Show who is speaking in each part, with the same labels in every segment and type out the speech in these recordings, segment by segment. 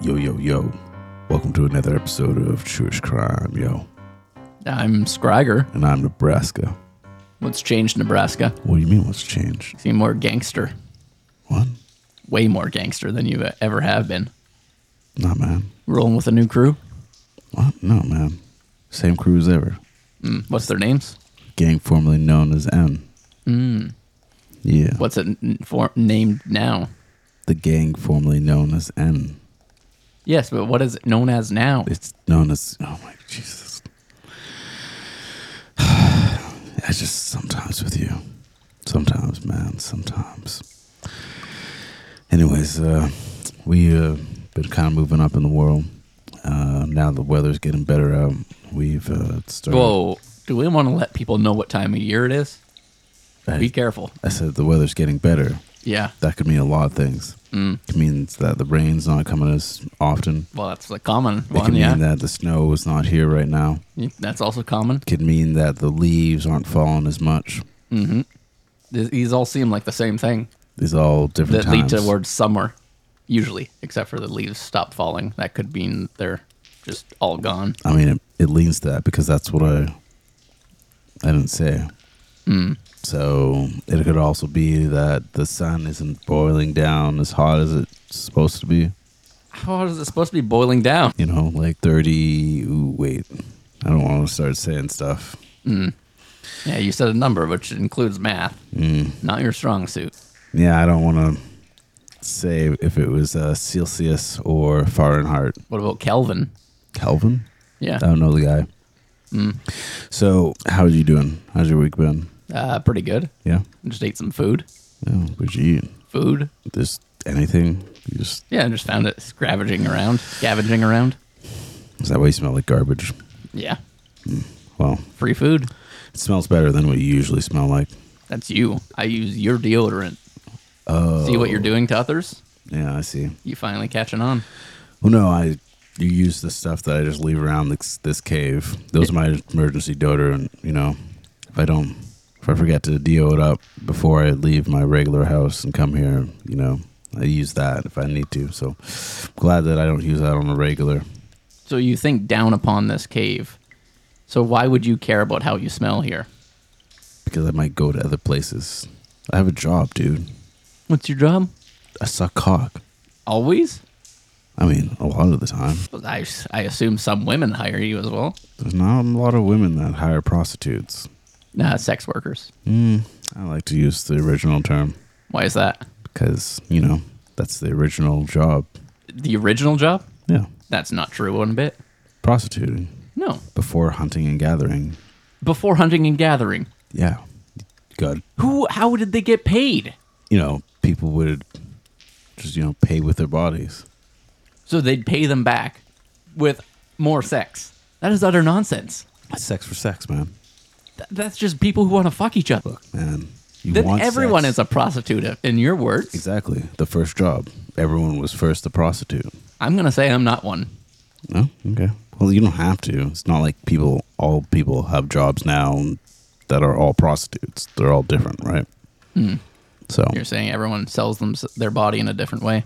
Speaker 1: Yo, yo, yo. Welcome to another episode of Jewish Crime, yo.
Speaker 2: I'm Scragger.
Speaker 1: And I'm Nebraska.
Speaker 2: What's changed Nebraska?
Speaker 1: What do you mean what's changed?
Speaker 2: Seem more gangster,
Speaker 1: What?
Speaker 2: way more gangster than you ever have been.
Speaker 1: Nah, man.
Speaker 2: Rolling with a new crew.
Speaker 1: What? No, man. Same crew as ever.
Speaker 2: Mm, what's their names?
Speaker 1: Gang formerly known as M. Mm. Yeah.
Speaker 2: What's it n- for, named now?
Speaker 1: The gang formerly known as M.
Speaker 2: Yes, but what is it known as now?
Speaker 1: It's known as. Oh, my Jesus. I just sometimes with you. Sometimes, man. Sometimes. Anyways, uh, we uh, been kind of moving up in the world. Uh, now the weather's getting better out. We've uh, started.
Speaker 2: Whoa. Do we want to let people know what time of year it is? Be
Speaker 1: I,
Speaker 2: careful.
Speaker 1: I said the weather's getting better.
Speaker 2: Yeah. hmm.
Speaker 1: That could mean a lot of things. Mm. It means that the rain's not coming as often.
Speaker 2: Well, that's a common
Speaker 1: It
Speaker 2: one,
Speaker 1: could mean
Speaker 2: yeah.
Speaker 1: that the snow is not here right now.
Speaker 2: That's also common.
Speaker 1: could mean that the leaves aren't falling as much.
Speaker 2: Mm-hmm. Th- These all seem like the same thing
Speaker 1: These are all different
Speaker 2: that
Speaker 1: times.
Speaker 2: lead towards summer, usually, except for the leaves stop falling. That could mean they're just all gone.
Speaker 1: I mean, it, it leans to that because that's what I I didn't say.
Speaker 2: Hmm.
Speaker 1: So it could also be that the sun isn't boiling down as hot as it's supposed to be.
Speaker 2: How is it supposed to be boiling down?
Speaker 1: You know, like thirty. Ooh, wait, I don't want to start saying stuff.
Speaker 2: Yeah, you said a number, which includes math. Not your strong suit.
Speaker 1: Hmm. Yeah, I don't want to say if it was uh, Celsius or Fahrenheit.
Speaker 2: What about Kelvin?
Speaker 1: Kelvin.
Speaker 2: Yeah,
Speaker 1: I don't know the guy.
Speaker 2: Hmm.
Speaker 1: So, how are you doing? How's your week been?
Speaker 2: uh, pretty good.
Speaker 1: Yeah.
Speaker 2: Just ate some food.
Speaker 1: Yeah. What'd you eat?
Speaker 2: Food.
Speaker 1: Just anything? You just
Speaker 2: Yeah, I just found it scavenging around, scavenging around.
Speaker 1: is that why you smell like garbage?
Speaker 2: Yeah,
Speaker 1: Well,
Speaker 2: free food.
Speaker 1: it smells better than what you usually smell like.
Speaker 2: That's you. I use your deodorant. Oh. See what you're doing to others?
Speaker 1: Yeah, I see.
Speaker 2: You finally catching on.
Speaker 1: Well, no, I you use the stuff that I just leave around this, this cave. Those are my emergency deodorant. You know, if I don't, if I forget to deo it up before I leave my regular house and come here, you know, I use that if I need to. So, glad that I don't use that on a regular.
Speaker 2: So you think down upon this cave. So why would you care about how you smell here?
Speaker 1: because I might go to other places. I have a job, dude.
Speaker 2: What's your job?
Speaker 1: I suck cock.
Speaker 2: Always?
Speaker 1: I mean, a lot of the time.
Speaker 2: I, I assume some women hire you as well.
Speaker 1: There's not a lot of women that hire prostitutes.
Speaker 2: Nah, Uh, sex workers.
Speaker 1: I like to use the original term
Speaker 2: Why is that?
Speaker 1: because, you know, that's the original job.
Speaker 2: The original job?
Speaker 1: Yeah.
Speaker 2: That's not true one bit.
Speaker 1: Prostituting
Speaker 2: No.
Speaker 1: before hunting and gathering.
Speaker 2: Before hunting and gathering,
Speaker 1: Yeah. God,
Speaker 2: who? How did they get paid?
Speaker 1: you know, people would just, you know, pay with their bodies.
Speaker 2: So they'd pay them back with more sex. That is utter nonsense.
Speaker 1: Sex for sex, man.
Speaker 2: Th- that's just people who want to fuck each other.
Speaker 1: Man, you
Speaker 2: Then
Speaker 1: want
Speaker 2: everyone
Speaker 1: sex.
Speaker 2: is a prostitute. uh, In your words,
Speaker 1: Exactly. The first job. Everyone was first the prostitute.
Speaker 2: I'm gonna say I'm not one.
Speaker 1: No, okay. Well, you don't have to. It's not like people, all people have jobs now that are all prostitutes. They're all different, right?
Speaker 2: Hmm.
Speaker 1: So,
Speaker 2: You're saying everyone sells them their body in a different way.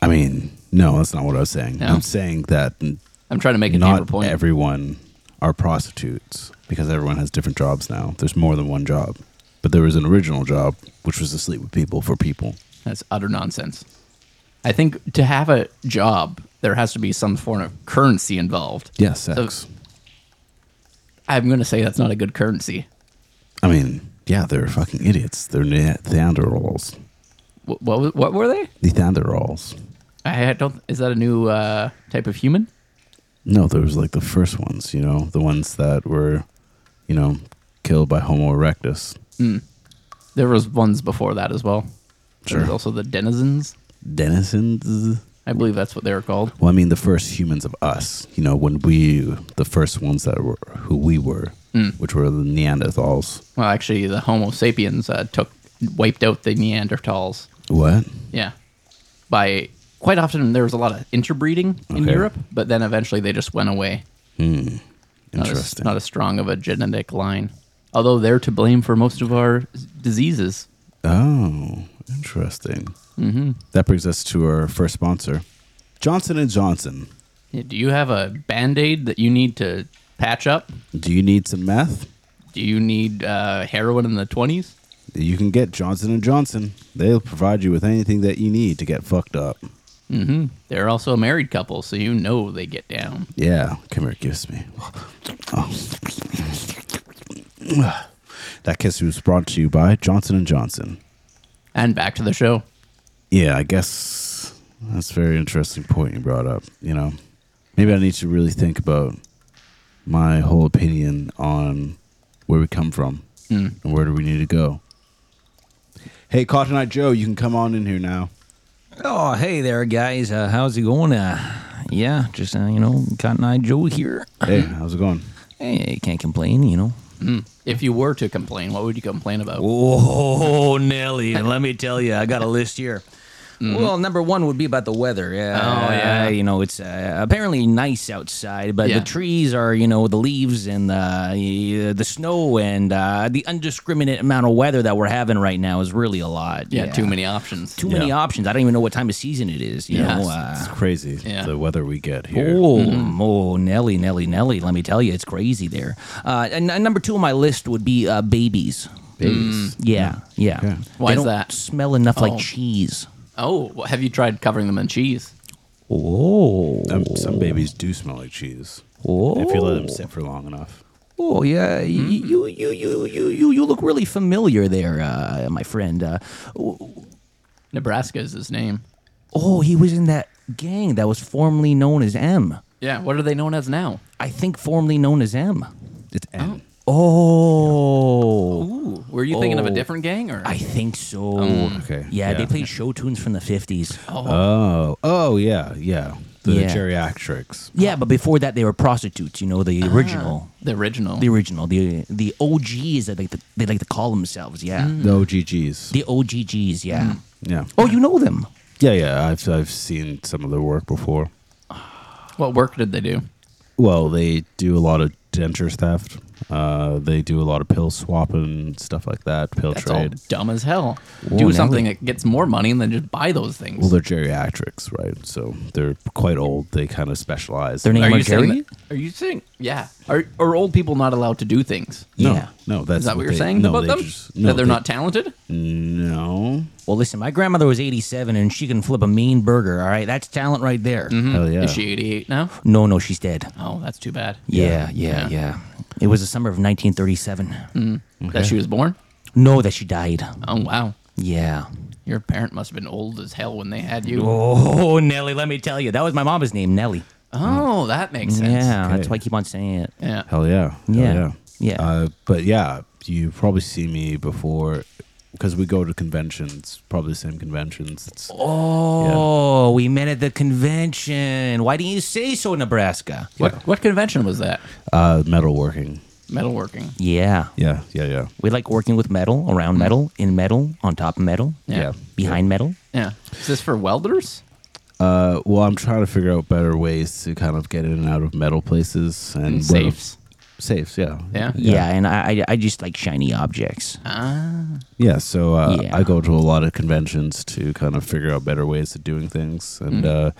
Speaker 1: I mean, no, that's not what I was saying.
Speaker 2: No?
Speaker 1: I'm saying that n-
Speaker 2: I'm trying to make a deeper
Speaker 1: not
Speaker 2: point.
Speaker 1: everyone are prostitutes because everyone has different jobs now. There's more than one job. But there was an original job, which was to sleep with people for people.
Speaker 2: That's utter nonsense. I think to have a job, there has to be some form of currency involved.
Speaker 1: Yeah, sex.
Speaker 2: I'm going to say that's not a good currency.
Speaker 1: I mean, yeah, they're fucking idiots. They're ne- Neanderthals.
Speaker 2: What, what, was- what were they?
Speaker 1: Neanderthals.
Speaker 2: I don't. Is that a new uh, type of human?
Speaker 1: No, there was like the first ones, you know, the ones that were, you know, killed by Homo erectus.
Speaker 2: There was ones before that as well. There was
Speaker 1: Sure.
Speaker 2: also the denizens.
Speaker 1: Denizens.
Speaker 2: I believe that's what they were called.
Speaker 1: Well, I mean, the first humans of us, you know, when we, the first ones that were who we were,
Speaker 2: Hmm.
Speaker 1: which were the Neanderthals.
Speaker 2: Well, actually, the Homo sapiens uh, took wiped out the Neanderthals.
Speaker 1: What?
Speaker 2: Yeah. By quite often there was a lot of interbreeding in
Speaker 1: Okay.
Speaker 2: Europe, but then eventually they just went away. Not as,
Speaker 1: Interesting.
Speaker 2: not as strong of a genetic line. Although they're to blame for most of our s- diseases.
Speaker 1: oh, interesting. Mm-hmm. That brings us to our first sponsor. Johnson and Johnson.
Speaker 2: Yeah, Do you have a band aid that you need to patch up?
Speaker 1: Do you need some meth?
Speaker 2: Do you need uh, heroin in the 20s?
Speaker 1: You can get Johnson and Johnson. They'll provide you with anything that you need to get fucked up.
Speaker 2: They're also a married couple, so you know they get down.
Speaker 1: Yeah, come here, kiss me. Oh. That kiss was brought to you by Johnson and Johnson.
Speaker 2: And back to the show.
Speaker 1: Yeah, I guess that's a very interesting point you brought up. You know, maybe I need to really think about my whole opinion on where we come from and where do we need to go. Hey, Cotton Eye Joe, you can come on in here now.
Speaker 3: Oh, hey there, guys. Uh, how's it going? Uh, yeah, just, uh, you know, Cotton Eye Joe here.
Speaker 1: Hey, how's it going?
Speaker 3: Hey, can't complain, you know.
Speaker 2: If you were to complain, what would you complain about?
Speaker 3: Oh, Nelly, let me tell you, I got a list here. Mm-hmm. Well, number one would be about the weather. Yeah,
Speaker 2: Oh, yeah.
Speaker 3: you know it's uh, apparently nice outside, but
Speaker 2: Yeah.
Speaker 3: the trees are, you know, the leaves and uh, y- the snow and uh, the indiscriminate amount of weather that we're having right now is really a lot.
Speaker 2: Yeah, too many options.
Speaker 3: too many
Speaker 1: Yeah.
Speaker 3: options. I don't even know what time of season it is. You
Speaker 2: Yeah,
Speaker 3: know,
Speaker 2: it's-
Speaker 3: uh,
Speaker 1: It's crazy
Speaker 2: Yeah.
Speaker 1: the weather we get here.
Speaker 3: Oh, oh, Nelly, Nelly, Nelly. Let me tell you, it's crazy there. Uh, and, and number two on my list would be uh, babies.
Speaker 1: Babies.
Speaker 3: Yeah, yeah.
Speaker 1: Okay.
Speaker 2: Why
Speaker 3: they
Speaker 2: is
Speaker 3: don't
Speaker 2: that?
Speaker 3: Smell enough
Speaker 2: Oh.
Speaker 3: like cheese.
Speaker 2: Oh, well, have you tried covering them in cheese?
Speaker 3: Oh,
Speaker 1: Um, some babies do smell like cheese
Speaker 3: oh,
Speaker 1: Um, if you let them sit for long enough.
Speaker 3: Oh yeah, Y- you you you you you you look really familiar there, uh, my friend. Uh,
Speaker 2: Nebraska is his name.
Speaker 3: oh, he was in that gang that was formerly known as M.
Speaker 2: Yeah, what are they known as now?
Speaker 3: I think formerly known as M.
Speaker 1: It's N.
Speaker 3: Oh,
Speaker 2: Ooh, were you thinking of a
Speaker 3: Oh.
Speaker 2: different gang or?
Speaker 3: I think so.
Speaker 1: Oh, okay.
Speaker 3: Yeah,
Speaker 1: Yeah.
Speaker 3: they played show tunes from the 50s.
Speaker 1: Oh, oh yeah, yeah. The
Speaker 3: Yeah.
Speaker 1: geriatrics.
Speaker 3: Yeah, but before that they were prostitutes, you know,
Speaker 1: Ah.
Speaker 3: the original.
Speaker 2: the original.
Speaker 3: The original, the the OGs that they, they like to call themselves, yeah.
Speaker 2: Mm.
Speaker 1: The OGGs.
Speaker 3: The OGGs, yeah.
Speaker 1: Mm. Yeah.
Speaker 3: Oh, you know them.
Speaker 1: Yeah, yeah. I've I've seen some of their work before.
Speaker 2: what work did they do?
Speaker 1: Well, they do a lot of denture theft. Uh, they do a lot of pill swapping, stuff like that. Pill
Speaker 2: That's
Speaker 1: trade.
Speaker 2: all dumb as hell.
Speaker 3: Ooh,
Speaker 2: do
Speaker 3: now
Speaker 2: something
Speaker 3: we-
Speaker 2: that gets more money and then just buy those things.
Speaker 1: Well, they're geriatrics, right? So they're quite old. They kind of specialize.
Speaker 3: Their name-
Speaker 2: are
Speaker 3: Am I
Speaker 2: you saying?
Speaker 3: Jerry?
Speaker 2: that- are you saying? Yeah. Are are old people not allowed to do things?
Speaker 1: No,
Speaker 3: Yeah.
Speaker 1: no. That's
Speaker 2: Is that what, you're
Speaker 1: they-
Speaker 2: saying
Speaker 1: no,
Speaker 2: about
Speaker 1: they
Speaker 2: them?
Speaker 1: just- no,
Speaker 2: that they're
Speaker 1: they-
Speaker 2: not talented?
Speaker 1: No.
Speaker 3: Well, listen, my grandmother was 87 and she can flip a mean burger, all right? That's talent right there.
Speaker 1: Hell yeah.
Speaker 2: Hmm. Is she 88 now?
Speaker 3: No, no, she's dead.
Speaker 2: Oh, that's too bad.
Speaker 3: Yeah, yeah, yeah.
Speaker 2: Yeah.
Speaker 3: It was the summer of 1937.
Speaker 1: Mm.
Speaker 2: That she was born?
Speaker 3: No, that she died.
Speaker 2: Oh, wow.
Speaker 3: Yeah.
Speaker 2: Your parent must have been old as hell when they had you. Oh,
Speaker 3: Oh, Nelly, let me tell you. That was my mama's name, Nelly.
Speaker 2: Oh, that makes sense.
Speaker 3: Yeah,
Speaker 1: Okay.
Speaker 3: that's why I keep on saying it.
Speaker 2: Yeah.
Speaker 1: Hell yeah. Hell
Speaker 3: Yeah.
Speaker 1: yeah.
Speaker 3: Yeah.
Speaker 1: Uh, but yeah, you probably see me before because we go to conventions, probably the same conventions. It's,
Speaker 3: Oh, we met at the convention. Why didn't you say so, Nebraska?
Speaker 2: What what convention was that?
Speaker 1: uh, metalworking.
Speaker 2: Metalworking.
Speaker 3: Yeah.
Speaker 1: Yeah, yeah, yeah.
Speaker 3: We like working with metal, around metal, in metal, on top of metal,
Speaker 1: Yeah.
Speaker 2: Mm. Yeah.
Speaker 3: behind metal.
Speaker 2: Yeah. Is this for welders?
Speaker 1: Uh, well, I'm trying to figure out better ways to kind of get in and out of metal places and
Speaker 2: And
Speaker 1: whether-
Speaker 2: safes?
Speaker 1: Safes, yeah.
Speaker 2: Yeah.
Speaker 3: Yeah, and I, I I just like shiny objects.
Speaker 2: Ah.
Speaker 1: Yeah, so uh,
Speaker 3: Yeah.
Speaker 1: I go to a lot of conventions to kind of figure out better ways of doing things.
Speaker 3: Mm.
Speaker 1: And uh,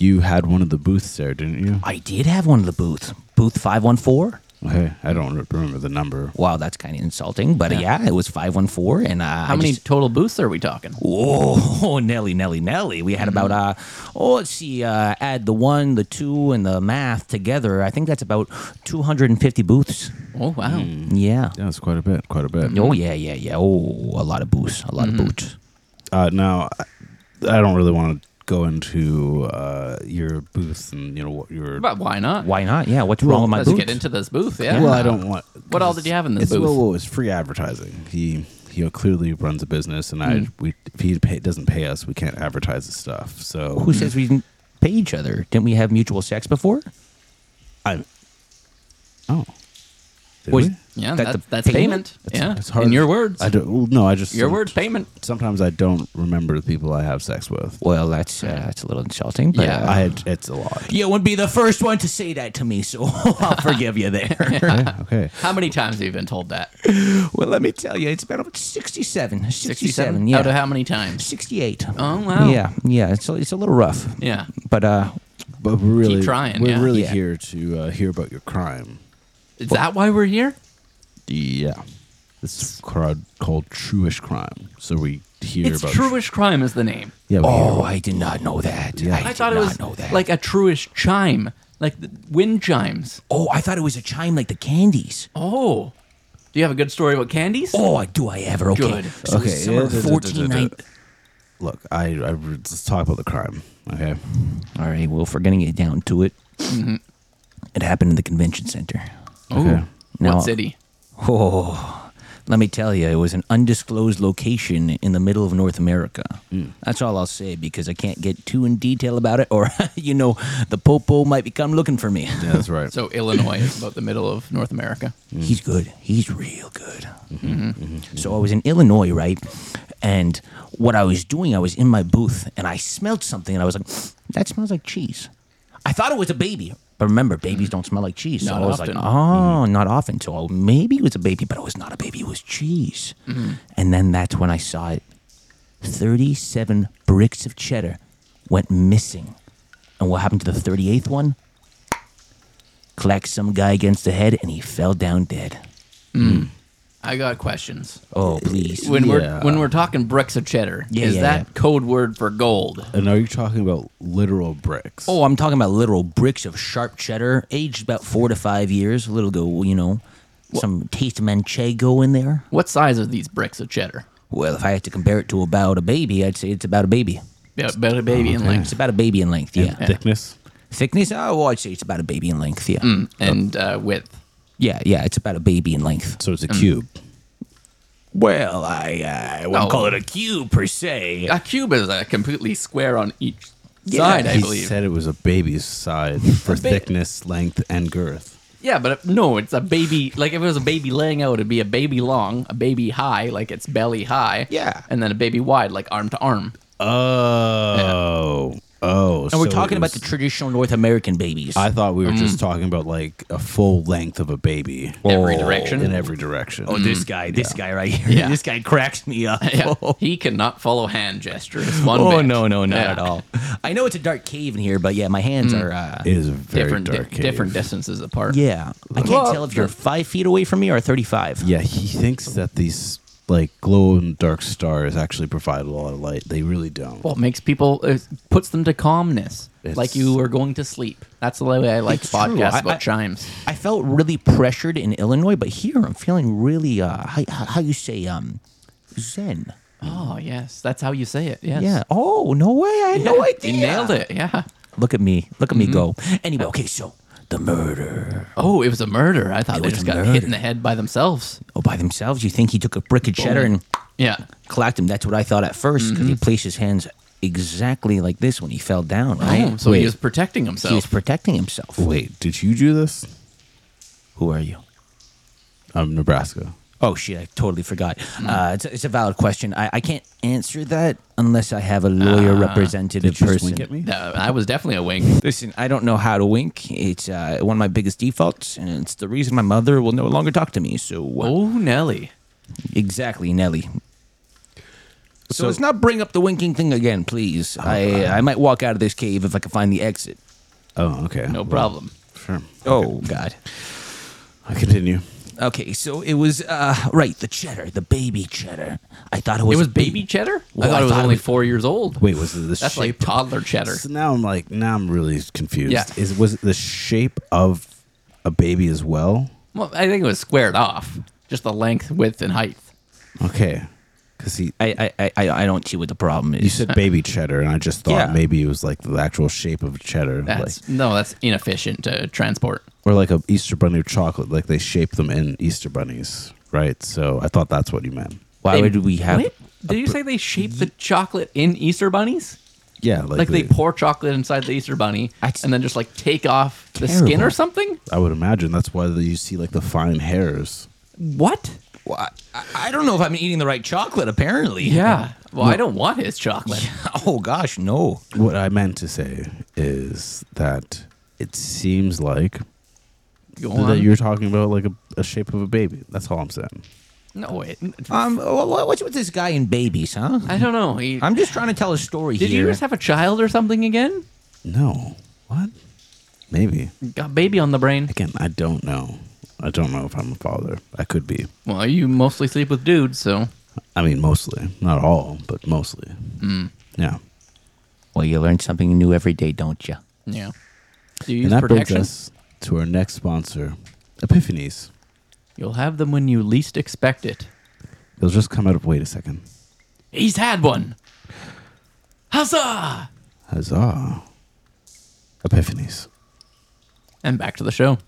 Speaker 1: you had one of the booths there, didn't you?
Speaker 3: I did have one of the booth, booth 514.
Speaker 1: Okay, I don't re- remember the number.
Speaker 3: Wow, that's kind of insulting, but uh, yeah. it was 514 and uh,
Speaker 2: How
Speaker 3: I
Speaker 2: many
Speaker 3: just-
Speaker 2: total booths are we talking?
Speaker 3: Whoa, Nelly, Nelly, Nelly. We had about uh
Speaker 2: Mm-hmm.
Speaker 3: oh, let's see, uh, add the one, the two, and the math together. I think that's about two hundred and fifty booths.
Speaker 2: Oh wow.
Speaker 1: Hmm.
Speaker 3: Yeah.
Speaker 1: Yeah, it's quite a bit, quite a bit.
Speaker 3: Oh yeah, yeah, yeah. Oh, a lot of booths, a lot
Speaker 2: Mm-hmm.
Speaker 3: of boots.
Speaker 1: Uh, now, I I don't really want to go into uh, your booth and you know what your.
Speaker 2: But why not?
Speaker 3: Why not? Yeah. What's wrong with my
Speaker 2: Let's
Speaker 3: boots?
Speaker 2: get into this booth. Yeah.
Speaker 1: Well, I don't want.
Speaker 2: What all did you have in this
Speaker 1: it's,
Speaker 2: booth?
Speaker 1: Well, well, it's free advertising. He he clearly runs a business, and
Speaker 2: Hmm.
Speaker 1: I we if he pay, doesn't pay us, we can't advertise his stuff. So
Speaker 2: Mm-hmm.
Speaker 3: Who says we didn't pay each other? Didn't we have mutual sex before?
Speaker 1: I. Oh. Did
Speaker 3: Was-
Speaker 1: we?
Speaker 2: Yeah,
Speaker 3: That
Speaker 2: that,
Speaker 3: the
Speaker 2: that's payment. yeah,
Speaker 1: It's hard.
Speaker 2: in your words,
Speaker 1: I don't. well, No, I just
Speaker 2: your
Speaker 1: some-
Speaker 2: words, payment.
Speaker 1: Sometimes I don't remember the people I have sex with.
Speaker 3: Well, that's uh, that's a little insulting. But,
Speaker 2: Yeah.
Speaker 3: uh,
Speaker 1: I it's a lot.
Speaker 3: you would be the first one to say that to me, so I'll forgive you there.
Speaker 1: Yeah, okay.
Speaker 2: How many times have you been told that?
Speaker 3: well, let me tell you, it's been about 67. 67,
Speaker 2: Sixty-seven.
Speaker 3: yeah.
Speaker 2: Out of how many times?
Speaker 3: 68.
Speaker 2: Oh wow.
Speaker 3: Yeah, yeah, it's a, it's a little rough.
Speaker 2: Yeah.
Speaker 3: But uh,
Speaker 1: But we're really
Speaker 2: trying,
Speaker 1: We're
Speaker 2: yeah.
Speaker 1: really
Speaker 3: Yeah.
Speaker 1: here to uh, hear about your crime.
Speaker 2: Is that why we're here?
Speaker 1: Yeah, this crowd called truish crime. So we hear
Speaker 2: It's
Speaker 1: about
Speaker 2: truish crime is the name.
Speaker 1: Yeah. We hear-
Speaker 3: oh, I did not know that.
Speaker 1: Yeah.
Speaker 3: I,
Speaker 2: I
Speaker 3: did
Speaker 2: thought it
Speaker 3: not
Speaker 2: was
Speaker 3: know that.
Speaker 2: like a truish chime, like the wind chimes.
Speaker 3: oh, I thought it was a chime like the candies.
Speaker 2: Oh, do you have a good story about candies?
Speaker 3: Oh, I- do I ever? Okay.
Speaker 2: Good.
Speaker 3: So
Speaker 1: Okay,
Speaker 3: okay. Summer
Speaker 1: yeah, da- da- da-
Speaker 3: 14,
Speaker 1: da- da.
Speaker 3: nine-
Speaker 1: Look, I, I let's talk about the crime. Okay.
Speaker 3: All right, well, if we're getting it down to it,
Speaker 1: Mm-hmm.
Speaker 3: it happened in the convention center.
Speaker 2: Ooh.
Speaker 1: Okay.
Speaker 3: No.
Speaker 2: What city?
Speaker 3: Oh, let me tell you, it was an undisclosed location in the middle of North America.
Speaker 1: Mm.
Speaker 3: That's all I'll say because I can't get too in detail about it, or, you know, the Popo might become looking for me.
Speaker 1: Yeah, that's right.
Speaker 2: So Illinois is about the middle of North America.
Speaker 3: Mm-hmm. He's good. He's real good.
Speaker 2: Mm-hmm.
Speaker 3: Mm-hmm. So I was in Illinois, right? And what I was doing, I was in my booth and I smelled something and I was like, that smells like cheese. I thought it was a baby. But remember, babies don't smell like cheese. So
Speaker 2: Not
Speaker 3: I was
Speaker 2: often. Mm-hmm.
Speaker 3: like, oh, not often. So I'll- maybe it was a baby, but it was not a baby. It was cheese.
Speaker 2: Mm-hmm.
Speaker 3: And then that's when I saw it. 37 bricks of cheddar went missing. And what happened to the 38th one? Clacked some guy against the head and he fell down dead.
Speaker 2: I got questions.
Speaker 3: Oh, please.
Speaker 2: When we're
Speaker 1: Yeah.
Speaker 2: when we're talking bricks of cheddar,
Speaker 3: Yeah,
Speaker 2: is
Speaker 3: yeah,
Speaker 2: that
Speaker 3: yeah.
Speaker 2: code word for gold?
Speaker 1: and are you talking about literal bricks?
Speaker 3: Oh, I'm talking about literal bricks of sharp cheddar, aged about four to five years. A little go, you know, some taste of manchego in there.
Speaker 2: What size are these bricks of cheddar?
Speaker 3: Well, if I had to compare it to about a baby, I'd say it's about a baby.
Speaker 2: Yeah, about a baby in
Speaker 3: It's
Speaker 2: length.
Speaker 3: about a baby in length, yeah.
Speaker 1: thickness.
Speaker 3: Thickness? Oh, well, I'd say it's about a baby in length, yeah.
Speaker 2: and uh, width.
Speaker 3: Yeah, yeah, it's about a baby in length.
Speaker 1: So it's a cube.
Speaker 3: Well, I, uh, I wouldn't
Speaker 2: Oh.
Speaker 3: call it a cube per se.
Speaker 2: A cube is a completely square on each
Speaker 3: Yeah.
Speaker 2: side, I
Speaker 1: he
Speaker 2: believe.
Speaker 1: said it was a baby's size for
Speaker 2: ba-
Speaker 1: thickness, length, and girth.
Speaker 2: yeah, but if- no, it's a baby. Like if it was a baby laying out, it'd be a baby long, a baby high, like it's belly high.
Speaker 3: Yeah.
Speaker 2: and then a baby wide, like arm to arm.
Speaker 1: Oh, oh.
Speaker 3: and we're talking about the traditional North American babies.
Speaker 1: I thought we were just talking about like a full length of a baby
Speaker 2: Every direction.
Speaker 1: in every direction.
Speaker 3: oh, this guy, this guy right here.
Speaker 2: Yeah.
Speaker 3: This guy cracks me up.
Speaker 2: Yeah, he cannot follow hand gestures. One
Speaker 3: Oh
Speaker 2: bit.
Speaker 3: no, no, not
Speaker 2: Yeah. Mm.
Speaker 3: at all. I know it's a dark cave in here, but yeah, my hands are. Uh,
Speaker 1: It is a very
Speaker 2: Different, di-
Speaker 1: dark. cave.
Speaker 2: different distances apart.
Speaker 3: yeah, I can't
Speaker 2: Well,
Speaker 3: tell if you're
Speaker 2: the-
Speaker 3: five feet away from me or thirty-five.
Speaker 1: Yeah, he thinks that these like glow and dark stars actually provide a lot of light. They really don't.
Speaker 2: Well, it makes people it puts them to calmness,
Speaker 1: It's-
Speaker 2: like you were going to sleep. That's the way I like
Speaker 3: It's true.
Speaker 2: podcasts
Speaker 3: I-
Speaker 2: about
Speaker 3: I-
Speaker 2: chimes.
Speaker 3: I felt really pressured in Illinois, but here I'm feeling really. Uh, how, how how you say um, zen?
Speaker 2: Oh yes, that's how you say it. Yes.
Speaker 3: Yeah. Oh no way! I had no idea.
Speaker 2: You nailed it. Mm-hmm. Yeah.
Speaker 3: Look at me. Look at me go. Anyway, okay, so the murder.
Speaker 2: Oh, it was a murder. I thought
Speaker 3: It
Speaker 2: they
Speaker 3: was
Speaker 2: just
Speaker 3: a
Speaker 2: got hit
Speaker 3: murder.
Speaker 2: in the head by themselves.
Speaker 3: Oh, by themselves. You think he took a brick of cheddar and
Speaker 2: Yeah.
Speaker 3: clacked him? That's what I thought at first because
Speaker 2: Mm-hmm.
Speaker 3: he placed his hands exactly like this when he fell down. Right.
Speaker 2: Oh, so
Speaker 1: Wait.
Speaker 2: he was protecting
Speaker 3: He was
Speaker 2: himself.
Speaker 3: protecting himself.
Speaker 1: Wait, did you do this?
Speaker 3: Who are you?
Speaker 1: I'm Nebraska.
Speaker 3: Oh shit! I totally forgot.
Speaker 1: Hmm.
Speaker 3: Uh, it's, it's a valid question. I, I can't answer that unless I have a lawyer representative
Speaker 1: Ah, Did you just
Speaker 3: person.
Speaker 1: wink at me?
Speaker 2: No, I was definitely a wink.
Speaker 3: Listen, I don't know how to wink. It's uh, one of my biggest defaults, and it's the reason my mother will no longer talk to me. So uh,
Speaker 2: Oh, Nelly.
Speaker 3: exactly, Nelly. So, let's not bring up the winking thing again, please. I I might walk out of this cave if I can find the exit.
Speaker 1: Oh, okay.
Speaker 2: No
Speaker 1: Well,
Speaker 2: problem.
Speaker 1: Sure.
Speaker 3: Oh God.
Speaker 1: I continue.
Speaker 3: Okay, so it was uh, right the cheddar, the baby cheddar. I thought it was
Speaker 2: It was
Speaker 3: a ba-
Speaker 2: baby cheddar?
Speaker 3: Well,
Speaker 2: I thought it was only four years old.
Speaker 1: Wait, was it the
Speaker 2: That's like
Speaker 1: shape?
Speaker 2: toddler cheddar.
Speaker 1: so now I'm like, now I'm really confused.
Speaker 2: Yeah.
Speaker 1: Is was it the shape of a baby as well?
Speaker 2: Well, I think it was squared off. Just the length, width, and height.
Speaker 1: Okay. Because he,
Speaker 3: I, I, I, I don't see what the problem is.
Speaker 1: you said baby cheddar, and I just thought
Speaker 3: Yeah.
Speaker 1: maybe it was like the actual shape of cheddar, like,
Speaker 2: That's no, that's inefficient to transport.
Speaker 1: or like a Easter bunny of chocolate, like they shape them in Easter bunnies, right? So I thought that's what you meant.
Speaker 3: why
Speaker 2: They-
Speaker 3: would we have?
Speaker 2: Wait, did you say they shape the chocolate in Easter bunnies?
Speaker 1: Yeah, like,
Speaker 2: Like they
Speaker 1: the-
Speaker 2: pour chocolate inside the Easter bunny
Speaker 3: That's
Speaker 2: and then just like take off the skin
Speaker 3: terrible.
Speaker 2: or something?
Speaker 1: I would imagine that's why you see like the fine hairs
Speaker 2: What?
Speaker 3: Well, I, I don't know if I'm eating the right chocolate. Apparently,
Speaker 2: Yeah. Well, I don't want his chocolate.
Speaker 3: Oh gosh, no.
Speaker 1: What I meant to say is that it seems like
Speaker 2: Go
Speaker 1: that
Speaker 2: on.
Speaker 1: you're talking about like a, a shape of a baby. That's all I'm saying.
Speaker 2: no wait.
Speaker 3: Um, wha- wha- what's with this guy and babies, huh?
Speaker 2: I don't know. He,
Speaker 3: I'm just trying to tell a story
Speaker 2: did
Speaker 3: here.
Speaker 2: you just have a child or something again?
Speaker 1: No. What? Maybe.
Speaker 2: Got baby on the brain.
Speaker 1: Again, I don't know. I don't know if I'm a father. I could be.
Speaker 2: Well, you mostly sleep with dudes, so
Speaker 1: I mean, mostly. Not all, but mostly. Yeah.
Speaker 3: well, you learn something new every day, don't you?
Speaker 2: yeah. Do
Speaker 1: And
Speaker 2: you use
Speaker 1: that
Speaker 2: protection?
Speaker 1: brings us to our next sponsor, Epiphanies.
Speaker 2: You'll have them when you least expect it.
Speaker 1: They'll just come out of. Wait a second.
Speaker 2: He's had one. Huzzah!
Speaker 1: Huzzah. Epiphanies.
Speaker 2: And back to the show.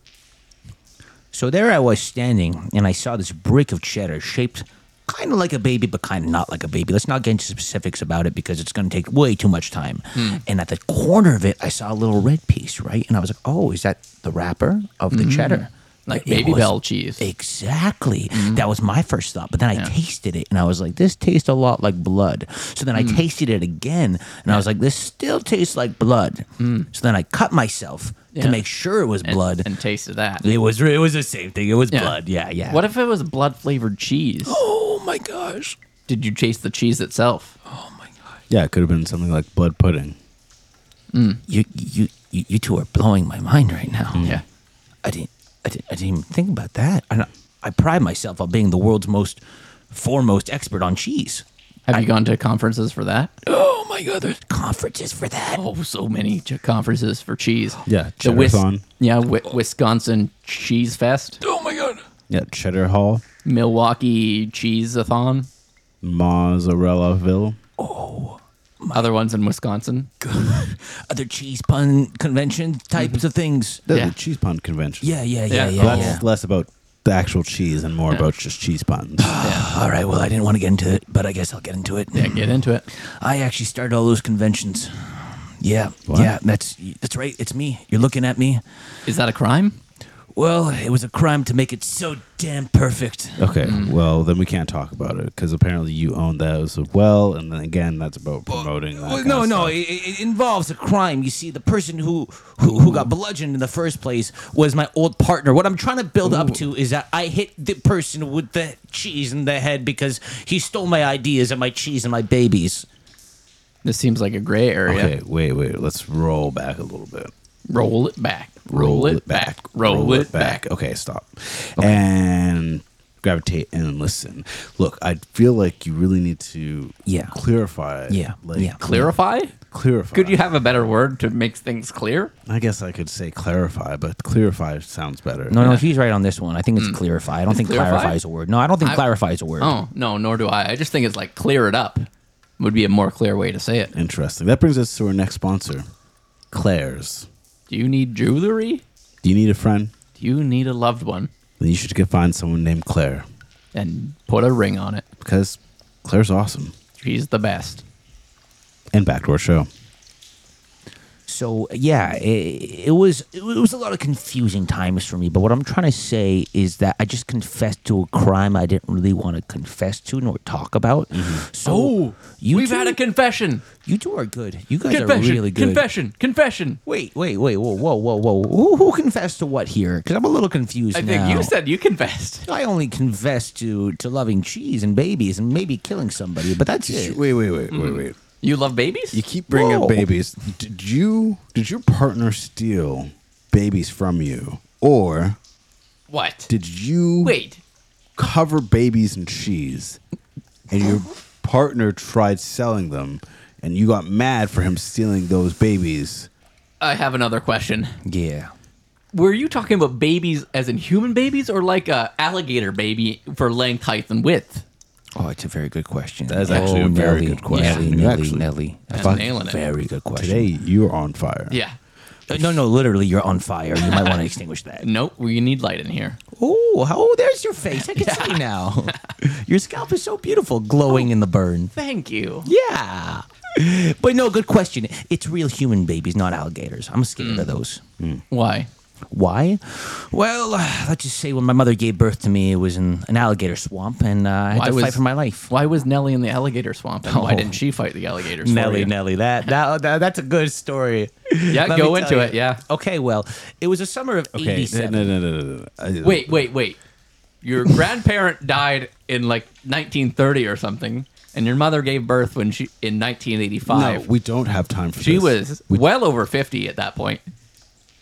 Speaker 3: So there I was standing, and I saw this brick of cheddar shaped kind of like a baby, but kind of not like a baby. Let's not get into specifics about it because it's going to take way too much time.
Speaker 2: Hmm.
Speaker 3: And at the corner of it, I saw a little red piece, right? And I was like, oh, is that the wrapper of the cheddar?
Speaker 2: Hmm. Like
Speaker 3: It
Speaker 2: baby Hmm.
Speaker 3: was-
Speaker 2: bell cheese.
Speaker 3: Exactly. That was my first thought. But then I tasted it and I was like, this tastes a lot like blood. So then I
Speaker 2: Hmm.
Speaker 3: tasted it again and I was like, this still tastes like blood. So then I cut myself
Speaker 2: Hmm. Yeah.
Speaker 3: to make sure it was
Speaker 2: and,
Speaker 3: blood.
Speaker 2: And taste of that.
Speaker 3: It was it was the same thing. It was
Speaker 2: Yeah.
Speaker 3: blood. Yeah, yeah.
Speaker 2: What if it was blood flavored cheese?
Speaker 3: Oh my gosh.
Speaker 2: Did you taste the cheese itself?
Speaker 3: Oh my gosh.
Speaker 1: Yeah, it could have been something like blood pudding.
Speaker 3: You you you, you two are blowing my mind right now.
Speaker 2: Yeah.
Speaker 3: I didn't I didn't, I didn't even think about that. And I, I pride myself on being the world's most foremost expert on cheese.
Speaker 2: Have you gone to conferences for that?
Speaker 3: Oh my god, there's conferences for that.
Speaker 2: Oh, so many ch- conferences for cheese.
Speaker 1: Yeah,
Speaker 2: the Wis-
Speaker 1: Cheddarthon.
Speaker 2: Yeah, Wi- Wisconsin Cheese Fest,
Speaker 3: Oh my god.
Speaker 1: Yeah, Cheddar Hall,
Speaker 2: Milwaukee Cheese-a-thon,
Speaker 1: Mozzarellaville.
Speaker 2: other ones in Wisconsin.
Speaker 3: Other cheese pun convention types of things.
Speaker 1: The,
Speaker 2: Yeah.
Speaker 1: the cheese pun convention.
Speaker 3: Yeah, yeah, yeah,
Speaker 2: Yeah.
Speaker 3: yeah.
Speaker 1: That's
Speaker 3: yeah.
Speaker 1: less about the actual cheese and more about just cheese puns.
Speaker 3: All right, well, I didn't want to get into it, but I guess I'll get into it.
Speaker 2: Yeah, get into it.
Speaker 3: I actually started all those conventions. Yeah,
Speaker 1: What?
Speaker 3: yeah, that's that's right. It's me. You're looking at me.
Speaker 2: Is that a crime?
Speaker 3: Well, it was a crime to make it so damn perfect.
Speaker 1: okay,
Speaker 3: Mm.
Speaker 1: well then we can't talk about it because apparently you own those as well, and then again that's about promoting. that
Speaker 3: Well,
Speaker 1: kind
Speaker 3: no,
Speaker 1: of
Speaker 3: no,
Speaker 1: stuff.
Speaker 3: it, it involves a crime. You see, the person who, who who
Speaker 1: Hmm.
Speaker 3: got bludgeoned in the first place was my old partner. What I'm trying to build up to is that I hit the person with the cheese in the head because he stole my ideas and my cheese and my babies.
Speaker 2: This seems like a gray area.
Speaker 1: Okay, wait, wait. Let's roll back a little bit.
Speaker 2: Roll it back. Roll, it back. Roll, it back.
Speaker 1: Okay, stop. And gravitate and listen. Look, I feel like you really need to
Speaker 3: Yeah.
Speaker 1: clarify.
Speaker 3: Yeah,
Speaker 1: Like,
Speaker 3: yeah.
Speaker 2: Clarify?
Speaker 1: Clarify.
Speaker 2: Could you have a better word to make things clear?
Speaker 1: I guess I could say clarify, but clarify sounds better.
Speaker 3: No, no, he's right on this one. I
Speaker 1: Hmm.
Speaker 3: think it's clarify. I don't think
Speaker 2: clarify?
Speaker 3: clarify is a word. No, I don't think clarify is a word.
Speaker 2: Oh, no, nor do I. I just think it's like clear it up would be a more clear way to say it.
Speaker 1: Interesting. That brings us to our next sponsor, Claire's.
Speaker 2: Do you need jewelry?
Speaker 1: Do you need a friend?
Speaker 2: Do you need a loved one?
Speaker 1: Then you should go find someone named Claire
Speaker 2: And put a ring on it.
Speaker 1: because Claire's awesome.
Speaker 2: She's the best.
Speaker 1: And back to our show.
Speaker 3: So yeah, it, it was it was a lot of confusing times for me. But what I'm trying to say is that I just confessed to a crime I didn't really want to confess to nor talk about. So you
Speaker 2: Mm-hmm. Oh, we've
Speaker 3: two,
Speaker 2: had a confession.
Speaker 3: you two are good. You guys
Speaker 2: Confession.
Speaker 3: are really good.
Speaker 2: confession. Confession.
Speaker 3: Wait, wait, wait, whoa, whoa, whoa, whoa. Who, who confessed to what here? Because I'm a little confused
Speaker 2: I think
Speaker 3: now.
Speaker 2: you said you confessed.
Speaker 3: I only confessed to to loving cheese and babies and maybe killing somebody, but that's it.
Speaker 1: Wait, wait, wait,
Speaker 2: Mm-hmm.
Speaker 1: wait, wait.
Speaker 2: You love babies?
Speaker 1: You keep bringing
Speaker 3: Whoa.
Speaker 1: up babies. Did you? Did your partner steal babies from you, or
Speaker 2: what?
Speaker 1: did you
Speaker 2: Wait.
Speaker 1: cover babies in cheese, and your partner tried selling them, and you got mad for him stealing those babies?
Speaker 2: I have another question.
Speaker 3: Yeah.
Speaker 2: Were you talking about babies as in human babies or like a alligator baby for length, height, and width?
Speaker 3: Oh, it's a very good question. Oh,
Speaker 1: That is actually a very good question.
Speaker 3: Nelly,
Speaker 1: You
Speaker 3: Nelly,
Speaker 1: actually-
Speaker 3: Nelly. That's
Speaker 2: I'm
Speaker 3: a
Speaker 2: nailing it.
Speaker 3: Very good question.
Speaker 1: Today you're on fire.
Speaker 2: Yeah.
Speaker 3: Uh, No, no, literally, you're on fire. You might want to extinguish that.
Speaker 2: Nope, we need light in here.
Speaker 3: Oh, how, oh, there's your face. I can see now. Your scalp is so beautiful, glowing in the burn.
Speaker 2: Thank you.
Speaker 3: Yeah. Mm. But no, good question. It's real human babies, not alligators. I'm scared of those.
Speaker 2: Why?
Speaker 3: Why? Well, let's just say when my mother gave birth to me, it was in an alligator swamp, and uh, I had
Speaker 2: Why
Speaker 3: to fight
Speaker 2: was-
Speaker 3: for my life.
Speaker 2: Why was Nellie in the alligator swamp? And why
Speaker 3: Oh.
Speaker 2: didn't she fight the alligators? for
Speaker 3: Nelly,
Speaker 2: you?
Speaker 3: Nelly, that, that, that that's a good story.
Speaker 2: Yeah,
Speaker 3: Let me
Speaker 2: go
Speaker 3: tell
Speaker 2: into
Speaker 3: you.
Speaker 2: it. Yeah.
Speaker 3: Okay, well, it was a summer of
Speaker 1: Okay. No,
Speaker 3: '87.
Speaker 1: no, no, no, no, no. I-
Speaker 2: Wait, wait, wait. Your grandparent died in like 1930 or something, and your mother gave birth when she in 1985.
Speaker 1: No, we don't have time for
Speaker 2: she
Speaker 1: this.
Speaker 2: was well over 50 at that point.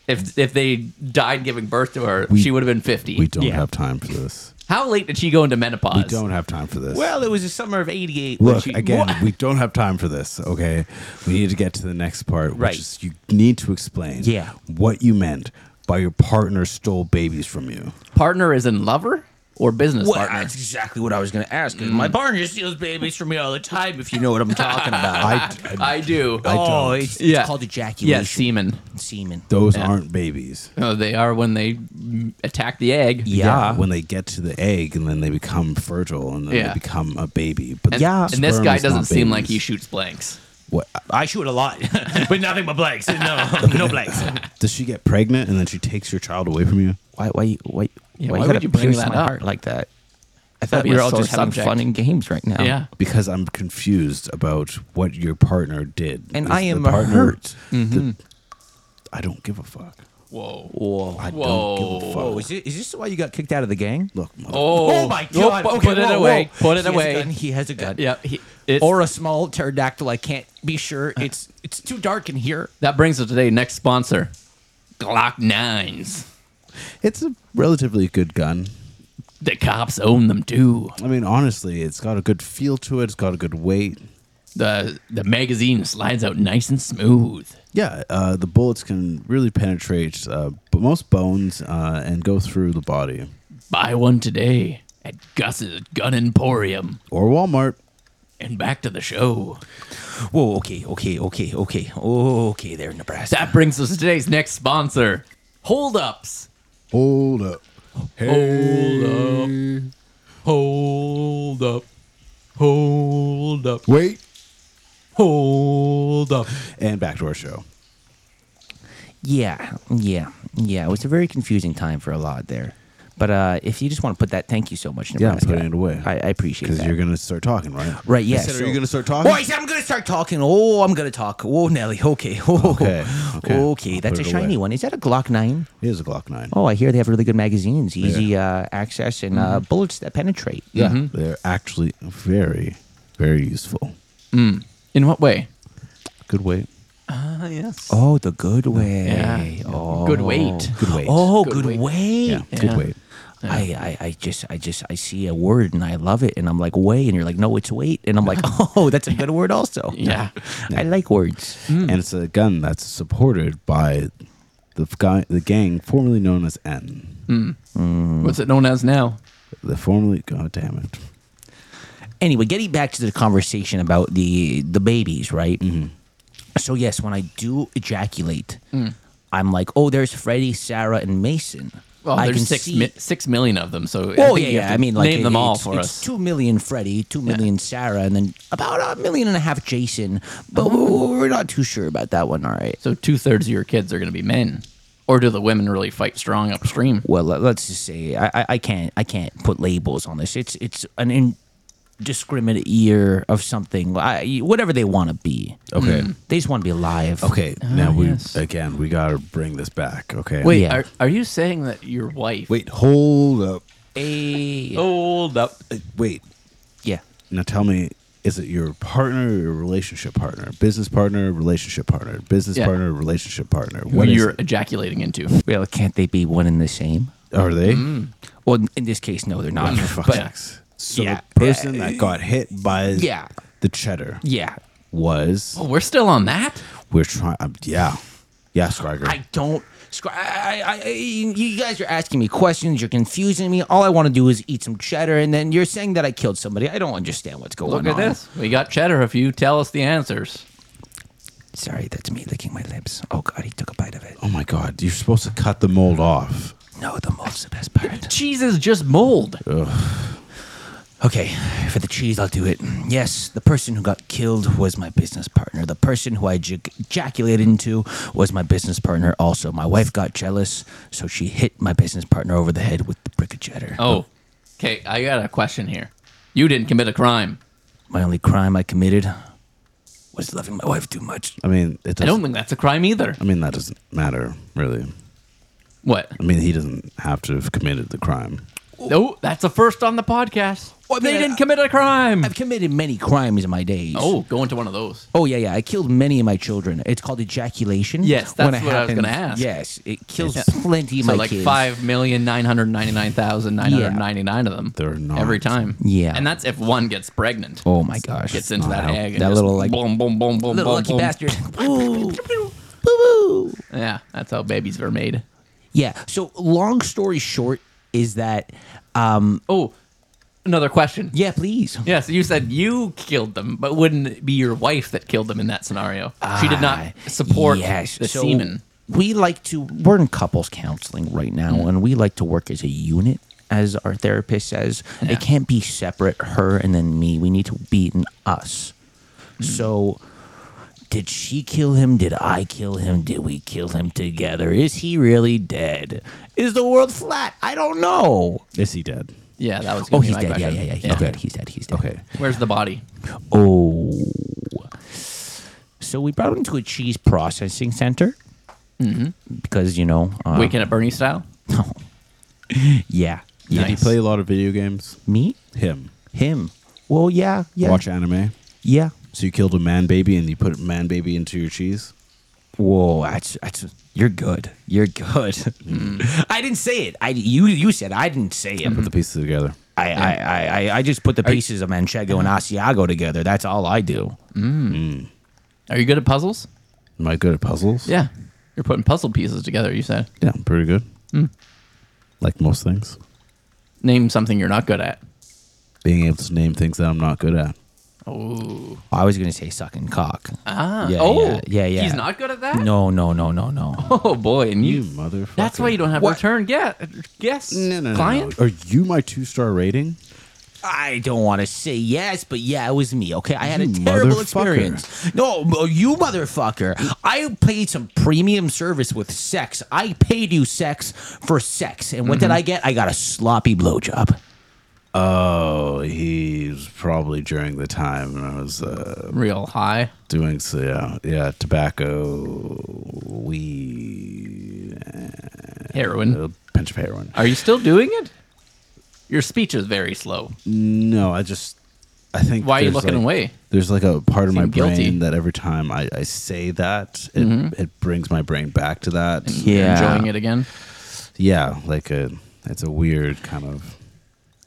Speaker 2: If if they died giving birth to her, she would have been 50.
Speaker 1: We don't
Speaker 3: Yeah.
Speaker 1: have time for this.
Speaker 2: How late did she go into menopause?
Speaker 1: We don't have time for this.
Speaker 3: Well, it was a summer of '88. when
Speaker 1: Look,
Speaker 3: she-
Speaker 1: again,
Speaker 3: Wha-
Speaker 1: we don't have time for this, okay? We need to get to the next part,
Speaker 3: Right.
Speaker 1: which is you need to explain
Speaker 3: Yeah.
Speaker 1: what you meant by your partner stole babies from you.
Speaker 2: Partner is in lover or business
Speaker 3: Well,
Speaker 2: partner?
Speaker 3: that's exactly what I was going to ask. My partner steals babies from me all the time, if you know what I'm talking about.
Speaker 1: I,
Speaker 2: I do.
Speaker 3: oh,
Speaker 1: don't.
Speaker 3: It's, it's
Speaker 2: Yeah.
Speaker 3: called ejaculation.
Speaker 2: yeah, semen.
Speaker 3: Semen.
Speaker 1: those aren't babies.
Speaker 2: No, they are when they mm, attack the egg.
Speaker 3: Yeah.
Speaker 1: When they get to the egg and then they become fertile and then
Speaker 2: Yeah.
Speaker 1: they become a baby. But
Speaker 2: And,
Speaker 3: Yeah.
Speaker 2: And this
Speaker 1: sperm
Speaker 2: guy
Speaker 1: is not
Speaker 2: doesn't seem like he
Speaker 1: babies.
Speaker 2: shoots blanks.
Speaker 1: What,
Speaker 3: I shoot a lot, but nothing but blanks. No, no blanks.
Speaker 1: does she get pregnant and then she takes your child away from you?
Speaker 3: Why? Why? Why?
Speaker 2: Yeah, why would
Speaker 3: gotta
Speaker 2: you bring
Speaker 3: pierce
Speaker 2: that
Speaker 3: my
Speaker 2: up?
Speaker 3: heart like that? I thought
Speaker 2: be
Speaker 3: we were
Speaker 2: a
Speaker 3: all
Speaker 2: sore
Speaker 3: just having
Speaker 2: subject.
Speaker 3: fun and games right now.
Speaker 2: Yeah.
Speaker 1: Because I'm confused about what your partner did.
Speaker 3: And
Speaker 1: Is
Speaker 3: I
Speaker 1: the
Speaker 3: am hurt.
Speaker 1: the-
Speaker 2: Mm-hmm.
Speaker 1: I don't give a fuck.
Speaker 2: Whoa.
Speaker 3: Whoa.
Speaker 1: I don't give a fuck.
Speaker 2: Whoa.
Speaker 3: Whoa. Oh, Is, it, is this why you got kicked out of the gang?
Speaker 1: Look, mother-
Speaker 2: Oh, Nope, put it away. Put it
Speaker 3: he
Speaker 2: away.
Speaker 3: Has a gun. He has a gun.
Speaker 2: Yeah. He, it's, Uh.
Speaker 3: Or a small pterodactyl. I can't be sure. It's it's too dark in here.
Speaker 2: that brings us to today's next sponsor, Glock nines.
Speaker 3: Oh.
Speaker 1: It's a relatively good gun.
Speaker 2: The cops own them too.
Speaker 1: I mean, honestly, it's got a good feel to it. It's got a good weight.
Speaker 2: The the magazine slides out nice and smooth.
Speaker 1: Yeah, uh, the bullets can really penetrate uh, b- most bones uh, and go through the body.
Speaker 2: Buy one today at Gus's Gun Emporium.
Speaker 1: Or Walmart.
Speaker 2: And back to the show.
Speaker 3: Whoa. Okay. Okay. Okay. Okay. Oh, Okay. There, Nebraska.
Speaker 2: That brings us to today's next sponsor, Hold Ups.
Speaker 1: Hold up.
Speaker 2: Hold up. Hold up.
Speaker 1: Wait.
Speaker 2: Hold up.
Speaker 1: And back to our show.
Speaker 3: Yeah, yeah, yeah. It was a very confusing time for a lot there. But uh, if you just want to put that, thank you so much,
Speaker 1: Yeah, I'm
Speaker 3: Nebraska.
Speaker 1: putting it away.
Speaker 3: I, I appreciate
Speaker 1: Because
Speaker 3: that.
Speaker 1: you're going to start talking, right?
Speaker 3: right, yeah.
Speaker 1: I said,
Speaker 3: so-
Speaker 1: are you going to start
Speaker 3: Oh,
Speaker 1: talking?
Speaker 3: I said I'm going to start talking. Oh, I'm going to talk. Oh, Nelly. Okay. Oh,
Speaker 1: Okay, okay. I'll
Speaker 3: That's a
Speaker 1: put it
Speaker 3: shiny
Speaker 1: away.
Speaker 3: one. Is that a Glock 9?
Speaker 1: It is a Glock 9.
Speaker 3: Oh, I hear they have really good magazines, easy uh, access, and uh, bullets that penetrate.
Speaker 1: Yeah. They're actually very, very useful.
Speaker 2: In what way?
Speaker 1: Good weight.
Speaker 2: Ah, yes.
Speaker 3: Oh, the good way.
Speaker 2: Yeah.
Speaker 3: Oh.
Speaker 2: Good weight.
Speaker 1: Good weight.
Speaker 3: Oh,
Speaker 2: Good
Speaker 3: good,
Speaker 2: weight.
Speaker 3: weight.
Speaker 1: Yeah, good
Speaker 2: Yeah.
Speaker 1: weight.
Speaker 3: I, I, I just I just I see a word and I love it and I'm like way and you're like no it's weight and I'm like oh that's a good word also
Speaker 2: Yeah.
Speaker 3: I like words
Speaker 1: And it's a gun that's supported by the f- guy, the gang formerly known as N.
Speaker 3: Um,
Speaker 2: What's it known as now?
Speaker 1: The formerly, god damn it.
Speaker 3: anyway getting back to the conversation about the the babies right so yes when I do ejaculate
Speaker 2: Mm.
Speaker 3: I'm like oh there's Freddie Sarah and Mason
Speaker 2: Well,
Speaker 3: I
Speaker 2: there's
Speaker 3: can
Speaker 2: six
Speaker 3: see-
Speaker 2: mi- six million of them. So
Speaker 3: Oh
Speaker 2: think
Speaker 3: yeah,
Speaker 2: you have
Speaker 3: yeah.
Speaker 2: to
Speaker 3: I mean, like
Speaker 2: name
Speaker 3: it-
Speaker 2: them all
Speaker 3: it's-
Speaker 2: for
Speaker 3: it's
Speaker 2: us.
Speaker 3: Two million Freddie, two million Sarah, and then about a million and a half Jason. But we- we're not too sure about that one. All right.
Speaker 2: so two thirds of your kids are going to be men, or do the women really fight strong upstream?
Speaker 3: Well, let- let's just say I, I, I can't I can't put labels on this. It's it's an indiscriminate year of something. I, whatever they want to be,
Speaker 1: Okay.
Speaker 2: Mm.
Speaker 3: they just want to be alive.
Speaker 1: Okay. now we,
Speaker 2: yes.
Speaker 1: again, we got to bring this back. Okay.
Speaker 2: Wait,
Speaker 3: Yeah.
Speaker 2: are, are you saying that your wife?
Speaker 1: Wait, hold up.
Speaker 3: Eh,
Speaker 2: Oh. hold up.
Speaker 1: Uh, Wait.
Speaker 3: yeah.
Speaker 1: Now tell me, is it your partner or your relationship partner? Business partner, relationship partner, business
Speaker 2: Yeah.
Speaker 1: partner, relationship partner.
Speaker 2: Who
Speaker 1: What is
Speaker 2: you're
Speaker 1: it?
Speaker 2: ejaculating into?
Speaker 3: Well, can't they be one and the same?
Speaker 1: Are they? Oh,
Speaker 3: Well, in this case, no, they're not.
Speaker 1: For fuck's
Speaker 3: but
Speaker 1: sakes. So
Speaker 3: Yeah.
Speaker 1: the person that got hit by
Speaker 3: Yeah.
Speaker 1: the cheddar
Speaker 3: yeah,
Speaker 1: was
Speaker 2: Oh, we're still on that.
Speaker 1: we're trying um, yeah. Yeah, Scriger.
Speaker 3: I don't. scr- I, I, I, you guys are asking me questions. You're confusing me. All I want to do is eat some cheddar, and then you're saying that I killed somebody. I don't understand what's going
Speaker 2: Look
Speaker 3: on.
Speaker 2: at this. We got cheddar. If you tell us the answers,
Speaker 3: Sorry, that's me licking my lips. Oh God, he took a bite of it.
Speaker 1: oh my god, you're supposed to cut the mold off.
Speaker 3: No, the mold's the best part.
Speaker 2: cheese is just mold.
Speaker 3: Okay, for the cheese, I'll do it. Yes, the person who got killed was my business partner. The person who I jac- ejaculated into was my business partner also. My wife got jealous, so she hit my business partner over the head with the brick of cheddar.
Speaker 2: Oh, okay. I got a question here. You didn't commit a crime.
Speaker 3: My only crime I committed was loving my wife too much.
Speaker 1: I mean, it doesn't.
Speaker 2: I
Speaker 1: I,
Speaker 2: don't think that's a crime either.
Speaker 1: mean, that doesn't matter really.
Speaker 2: What?
Speaker 1: I mean, he doesn't have to have committed the crime.
Speaker 2: No, that's a first on the podcast.
Speaker 3: Well, I
Speaker 2: they
Speaker 3: mean,
Speaker 2: didn't
Speaker 3: I-
Speaker 2: commit a crime.
Speaker 3: I've committed many crimes in my days.
Speaker 2: oh, go into one of those.
Speaker 3: Oh yeah, yeah. I killed many of my children. It's called ejaculation.
Speaker 2: Yes, that's
Speaker 3: it
Speaker 2: what I was gonna ask.
Speaker 3: happens- Yes, it kills
Speaker 2: Yeah.
Speaker 3: plenty of
Speaker 2: So
Speaker 3: my
Speaker 2: like
Speaker 3: kids.
Speaker 2: five million nine hundred ninety nine thousand nine hundred ninety nine of them.
Speaker 1: They're not.
Speaker 2: every time.
Speaker 3: Yeah.
Speaker 2: and that's if one gets pregnant.
Speaker 3: Oh my gosh.
Speaker 2: gets into that
Speaker 1: Wow.
Speaker 2: egg. And
Speaker 3: That
Speaker 2: just
Speaker 3: little, like,
Speaker 2: boom, boom, boom, boom,
Speaker 3: little
Speaker 2: boom,
Speaker 3: lucky
Speaker 2: boom.
Speaker 3: bastard. Ooh. Woo-woo.
Speaker 2: Yeah, that's how babies are made.
Speaker 3: Yeah. So long story short is that um
Speaker 2: Oh, another question.
Speaker 3: yeah, please.
Speaker 2: Yeah, so you said you killed them, but wouldn't it be your wife that killed them in that scenario? she did
Speaker 3: Ah,
Speaker 2: not support
Speaker 3: yes.
Speaker 2: the
Speaker 3: So
Speaker 2: semen.
Speaker 3: We like to we're in couples counseling right now
Speaker 2: Mm.
Speaker 3: and we like to work as a unit as our therapist says.
Speaker 2: Yeah.
Speaker 3: It can't be separate her and then me. We need to be in us.
Speaker 2: Mm.
Speaker 3: So did she kill him? Did I kill him? Did we kill him together? Is he really dead? Is the world flat? I don't know.
Speaker 1: Is he dead?
Speaker 2: Yeah, that was. gonna
Speaker 3: Oh,
Speaker 2: be
Speaker 3: he's
Speaker 2: my
Speaker 3: dead. Yeah,
Speaker 2: question.
Speaker 3: yeah, yeah. He's dead. He's dead. He's dead.
Speaker 1: Okay.
Speaker 2: Where's the body?
Speaker 3: Oh. So we brought him to a cheese processing center
Speaker 2: Mm-hmm.
Speaker 3: because you know. Uh,
Speaker 2: Weekend at Bernie style.
Speaker 3: Yeah. Yeah.
Speaker 1: Did he
Speaker 2: Nice.
Speaker 1: play a lot of video games?
Speaker 3: Me?
Speaker 1: Him.
Speaker 3: Him? Well, yeah. Yeah.
Speaker 1: Watch anime.
Speaker 3: Yeah.
Speaker 1: So you killed a man baby and you put man baby into your cheese.
Speaker 3: Whoa, that's that's. You're good. You're good.
Speaker 2: Mm.
Speaker 3: I didn't say it. I you you said I didn't say it.
Speaker 2: Mm-hmm.
Speaker 1: Put the pieces together.
Speaker 3: I, I, I, I I just put the pieces of Manchego and Asiago together. That's all I do.
Speaker 2: Are you good at puzzles?
Speaker 1: Am I good at puzzles?
Speaker 2: Yeah, you're putting puzzle pieces together. You said
Speaker 1: Yeah, I'm pretty good.
Speaker 2: Mm.
Speaker 1: Like most things,
Speaker 2: name something you're not good at.
Speaker 1: being able to name things that I'm not good at.
Speaker 2: Oh,
Speaker 3: I was gonna say sucking cock.
Speaker 2: ah,
Speaker 3: Yeah,
Speaker 2: oh,
Speaker 3: yeah, yeah, yeah.
Speaker 2: He's not good at that.
Speaker 3: No, no, no, no, no.
Speaker 2: Oh boy, and you.
Speaker 1: You motherfucker.
Speaker 2: that's why you don't have
Speaker 3: What?
Speaker 2: return guess. Guess
Speaker 1: No, no, no,
Speaker 2: client.
Speaker 1: no. Are you my two star rating?
Speaker 3: I don't want to say yes, but yeah, it was me. Okay, I had a
Speaker 1: You
Speaker 3: terrible
Speaker 1: motherfucker.
Speaker 3: experience. No, m- you motherfucker! I paid some premium service with sex. I paid you sex for sex, and what did I get? I got a sloppy blowjob.
Speaker 1: Oh, he's probably during the time when I was uh,
Speaker 2: Real high.
Speaker 1: doing so. Yeah, yeah, tobacco, weed,
Speaker 2: Heroin.
Speaker 1: a pinch of heroin.
Speaker 2: Are you still doing it? Your speech is very slow.
Speaker 1: No, I just, I think.
Speaker 2: Why are you
Speaker 1: there's,
Speaker 2: looking
Speaker 1: like-
Speaker 2: away?
Speaker 1: There's like a part of my
Speaker 2: Seem guilty. Mm-hmm.
Speaker 1: brain that every time I, I say that, it, it brings my brain back to that.
Speaker 2: You're
Speaker 3: Yeah.
Speaker 2: enjoying it again.
Speaker 1: Yeah, like a, it's a weird kind of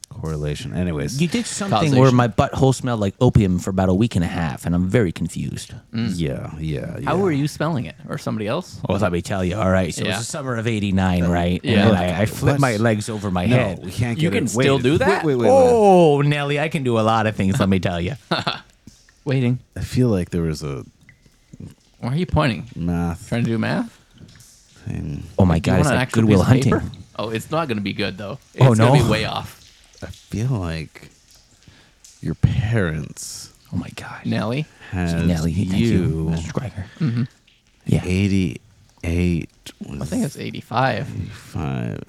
Speaker 1: correlation. Anyways,
Speaker 3: You did something
Speaker 2: Causation.
Speaker 3: where my butthole smelled like opium for about a week and a half, and I'm very confused.
Speaker 2: Mm.
Speaker 1: yeah, yeah, yeah.
Speaker 2: How were you spelling it, or somebody else?
Speaker 3: Well, let me tell you. All right, so it
Speaker 2: Yeah.
Speaker 3: was the summer of '89, right?
Speaker 2: Yeah.
Speaker 3: And I, I
Speaker 1: Let's-
Speaker 3: flipped my legs over my
Speaker 1: No,
Speaker 3: head.
Speaker 1: we can't. Get
Speaker 2: You
Speaker 1: it.
Speaker 2: can
Speaker 1: Wait,
Speaker 2: still do that?
Speaker 1: Wait, wait, wait. wait.
Speaker 3: oh, Nelly, I can do a lot of things. Let me tell you.
Speaker 2: Waiting.
Speaker 1: I feel like there was a
Speaker 2: Why are you pointing?
Speaker 1: math
Speaker 2: Trying to do math?
Speaker 1: thing.
Speaker 3: Oh my
Speaker 2: You
Speaker 3: God, it's
Speaker 2: want an
Speaker 3: like
Speaker 2: actual
Speaker 3: Goodwill
Speaker 2: piece of
Speaker 3: Hunting.
Speaker 2: paper? Oh, it's not going to be good though. It's
Speaker 3: Oh,
Speaker 2: going to
Speaker 3: no.
Speaker 2: be way off.
Speaker 1: I feel like your parents
Speaker 3: Oh my God.
Speaker 2: Nelly,
Speaker 1: had
Speaker 3: Nelly, thank you,
Speaker 1: you,
Speaker 3: Mr. Greiger. Yeah.
Speaker 1: eighty-eight.
Speaker 2: I think it's 85.
Speaker 3: Mm.
Speaker 1: five.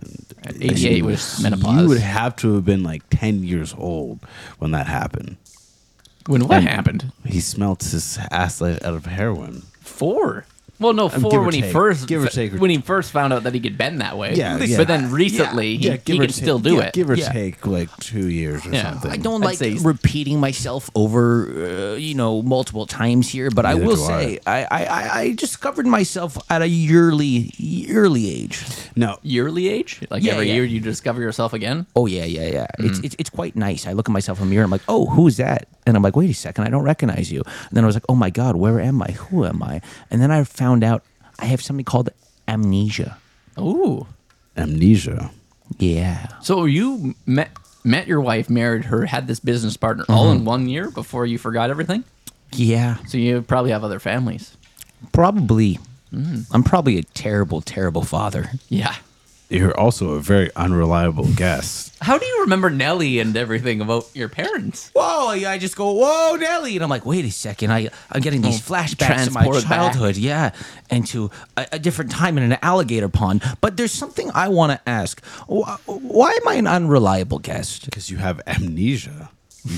Speaker 2: At 88 was menopause.
Speaker 1: You would have to have been like ten years old when that happened.
Speaker 2: when what happened?
Speaker 1: He smelt his ass out of heroin.
Speaker 2: Four. Well, no,
Speaker 1: Um,
Speaker 2: four
Speaker 1: give or
Speaker 2: when he
Speaker 1: take.
Speaker 2: first
Speaker 1: Give or take.
Speaker 2: when he first found out that he could bend that way.
Speaker 1: Yeah, yeah.
Speaker 2: But then recently, he,
Speaker 1: give
Speaker 2: he
Speaker 1: or
Speaker 2: can
Speaker 1: take-
Speaker 2: still do
Speaker 1: yeah,
Speaker 2: it.
Speaker 1: Give or
Speaker 3: Yeah.
Speaker 1: take like two years or
Speaker 2: Yeah.
Speaker 1: something.
Speaker 3: I don't
Speaker 2: I'd
Speaker 3: like
Speaker 2: say-
Speaker 3: repeating myself over, uh, you know, multiple times here, but I
Speaker 1: Neither
Speaker 3: will
Speaker 1: do I.
Speaker 3: say I. I, I, I discovered myself at a yearly, yearly age.
Speaker 1: No,
Speaker 2: Yearly age, like
Speaker 3: Yeah,
Speaker 2: every
Speaker 3: yeah.
Speaker 2: year you discover yourself again.
Speaker 3: Oh yeah, yeah, yeah. It's, it's it's quite nice. I look at myself in the mirror. I'm like, oh, who's that? And I'm like, wait a second, I don't recognize you. And then I was like, oh my god, where am I? Who am I? And then I found out I have something called amnesia.
Speaker 2: Ooh.
Speaker 1: amnesia.
Speaker 3: Yeah.
Speaker 2: So you met met your wife, married her, had this business partner all
Speaker 1: Mm-hmm.
Speaker 2: in one year before you forgot everything.
Speaker 3: Yeah.
Speaker 2: So you probably have other families.
Speaker 3: Mm-hmm. Probably. I'm probably a terrible, terrible father.
Speaker 2: Yeah.
Speaker 1: you're also a very unreliable guest.
Speaker 2: How do you remember Nelly and everything about your parents?
Speaker 3: whoa, I I just go, whoa, Nelly. And I'm like, wait a second. I, I'm getting these flashbacks of my
Speaker 2: transported Oh, back.
Speaker 3: childhood. Yeah. And to a, a different time in an alligator pond. But there's something I want to ask. Why, why am I an unreliable guest?
Speaker 1: Because you have amnesia.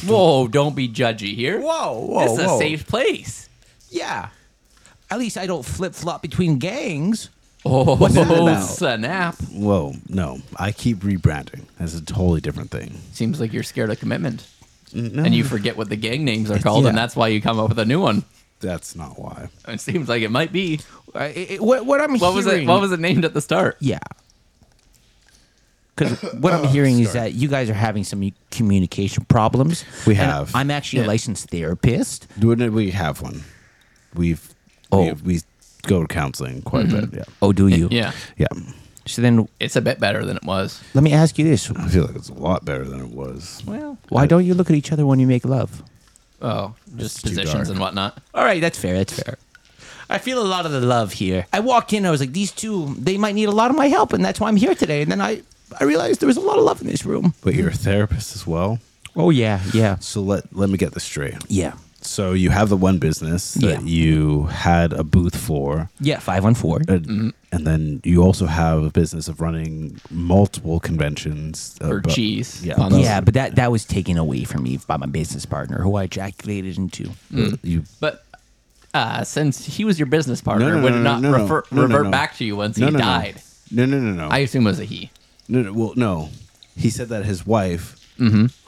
Speaker 2: Whoa, don't be judgy here.
Speaker 3: Whoa, whoa,
Speaker 2: This is
Speaker 3: whoa.
Speaker 2: a safe place.
Speaker 3: Yeah. At least I don't flip flop between gangs.
Speaker 2: Oh,
Speaker 1: that about?
Speaker 2: snap.
Speaker 1: Whoa, no. I keep rebranding. That's a totally different thing.
Speaker 2: Seems like you're scared of commitment. And you forget what the gang names are called,
Speaker 1: Yeah.
Speaker 2: and that's why you come up with a new one.
Speaker 1: That's not why.
Speaker 2: It seems like it might be.
Speaker 3: I- I- I- what, what I'm
Speaker 2: What was it?
Speaker 3: hearing-
Speaker 2: What was it named at the start?
Speaker 3: Yeah. Because what I'm hearing is that you guys are having some communication problems.
Speaker 1: We
Speaker 3: And
Speaker 1: have.
Speaker 3: I'm actually a
Speaker 2: Yeah.
Speaker 3: licensed therapist.
Speaker 1: Wouldn't we have one? We've
Speaker 3: Oh.
Speaker 1: we, we go to counseling quite a
Speaker 2: Mm-hmm.
Speaker 1: bit.
Speaker 3: Oh, do you?
Speaker 2: Yeah,
Speaker 1: Yeah, yeah.
Speaker 3: So then,
Speaker 2: it's a bit better than it was.
Speaker 3: let me ask you this:
Speaker 1: I feel like it's a lot better than it was.
Speaker 2: Well,
Speaker 3: Why don't you look at each other when you make love?
Speaker 2: oh, just
Speaker 1: too dark.
Speaker 2: positions and whatnot.
Speaker 3: All right, that's fair. That's fair. I feel a lot of the love here. I walked in, I was like, these two, they might need a lot of my help, and that's why I'm here today. And then I, I realized there was a lot of love in this room.
Speaker 1: But you're a therapist as well.
Speaker 3: Oh yeah, yeah,
Speaker 1: So let let me get this straight.
Speaker 3: yeah,
Speaker 1: So you have the one business that
Speaker 3: Yeah.
Speaker 1: you had a booth for,
Speaker 3: yeah. Five on four.
Speaker 1: and,
Speaker 2: Mm-hmm.
Speaker 1: and then you also have a business of running multiple conventions uh,
Speaker 2: Or
Speaker 1: but-
Speaker 2: cheese.
Speaker 1: Yeah,
Speaker 2: on
Speaker 1: but-
Speaker 2: those-
Speaker 3: yeah, but that that was taken away from me by my business partner, who I ejaculated into.
Speaker 1: but You
Speaker 2: But uh, since he was your business partner,
Speaker 1: No, no,
Speaker 2: would
Speaker 1: no,
Speaker 2: it
Speaker 1: no,
Speaker 2: not
Speaker 1: no, no.
Speaker 2: refer-
Speaker 1: No, no,
Speaker 2: revert
Speaker 1: no.
Speaker 2: back to you once
Speaker 1: no,
Speaker 2: he
Speaker 1: no, no.
Speaker 2: died?
Speaker 1: No, no, no, no.
Speaker 2: I assume it was a he.
Speaker 1: no, no well, no. He said that his wife,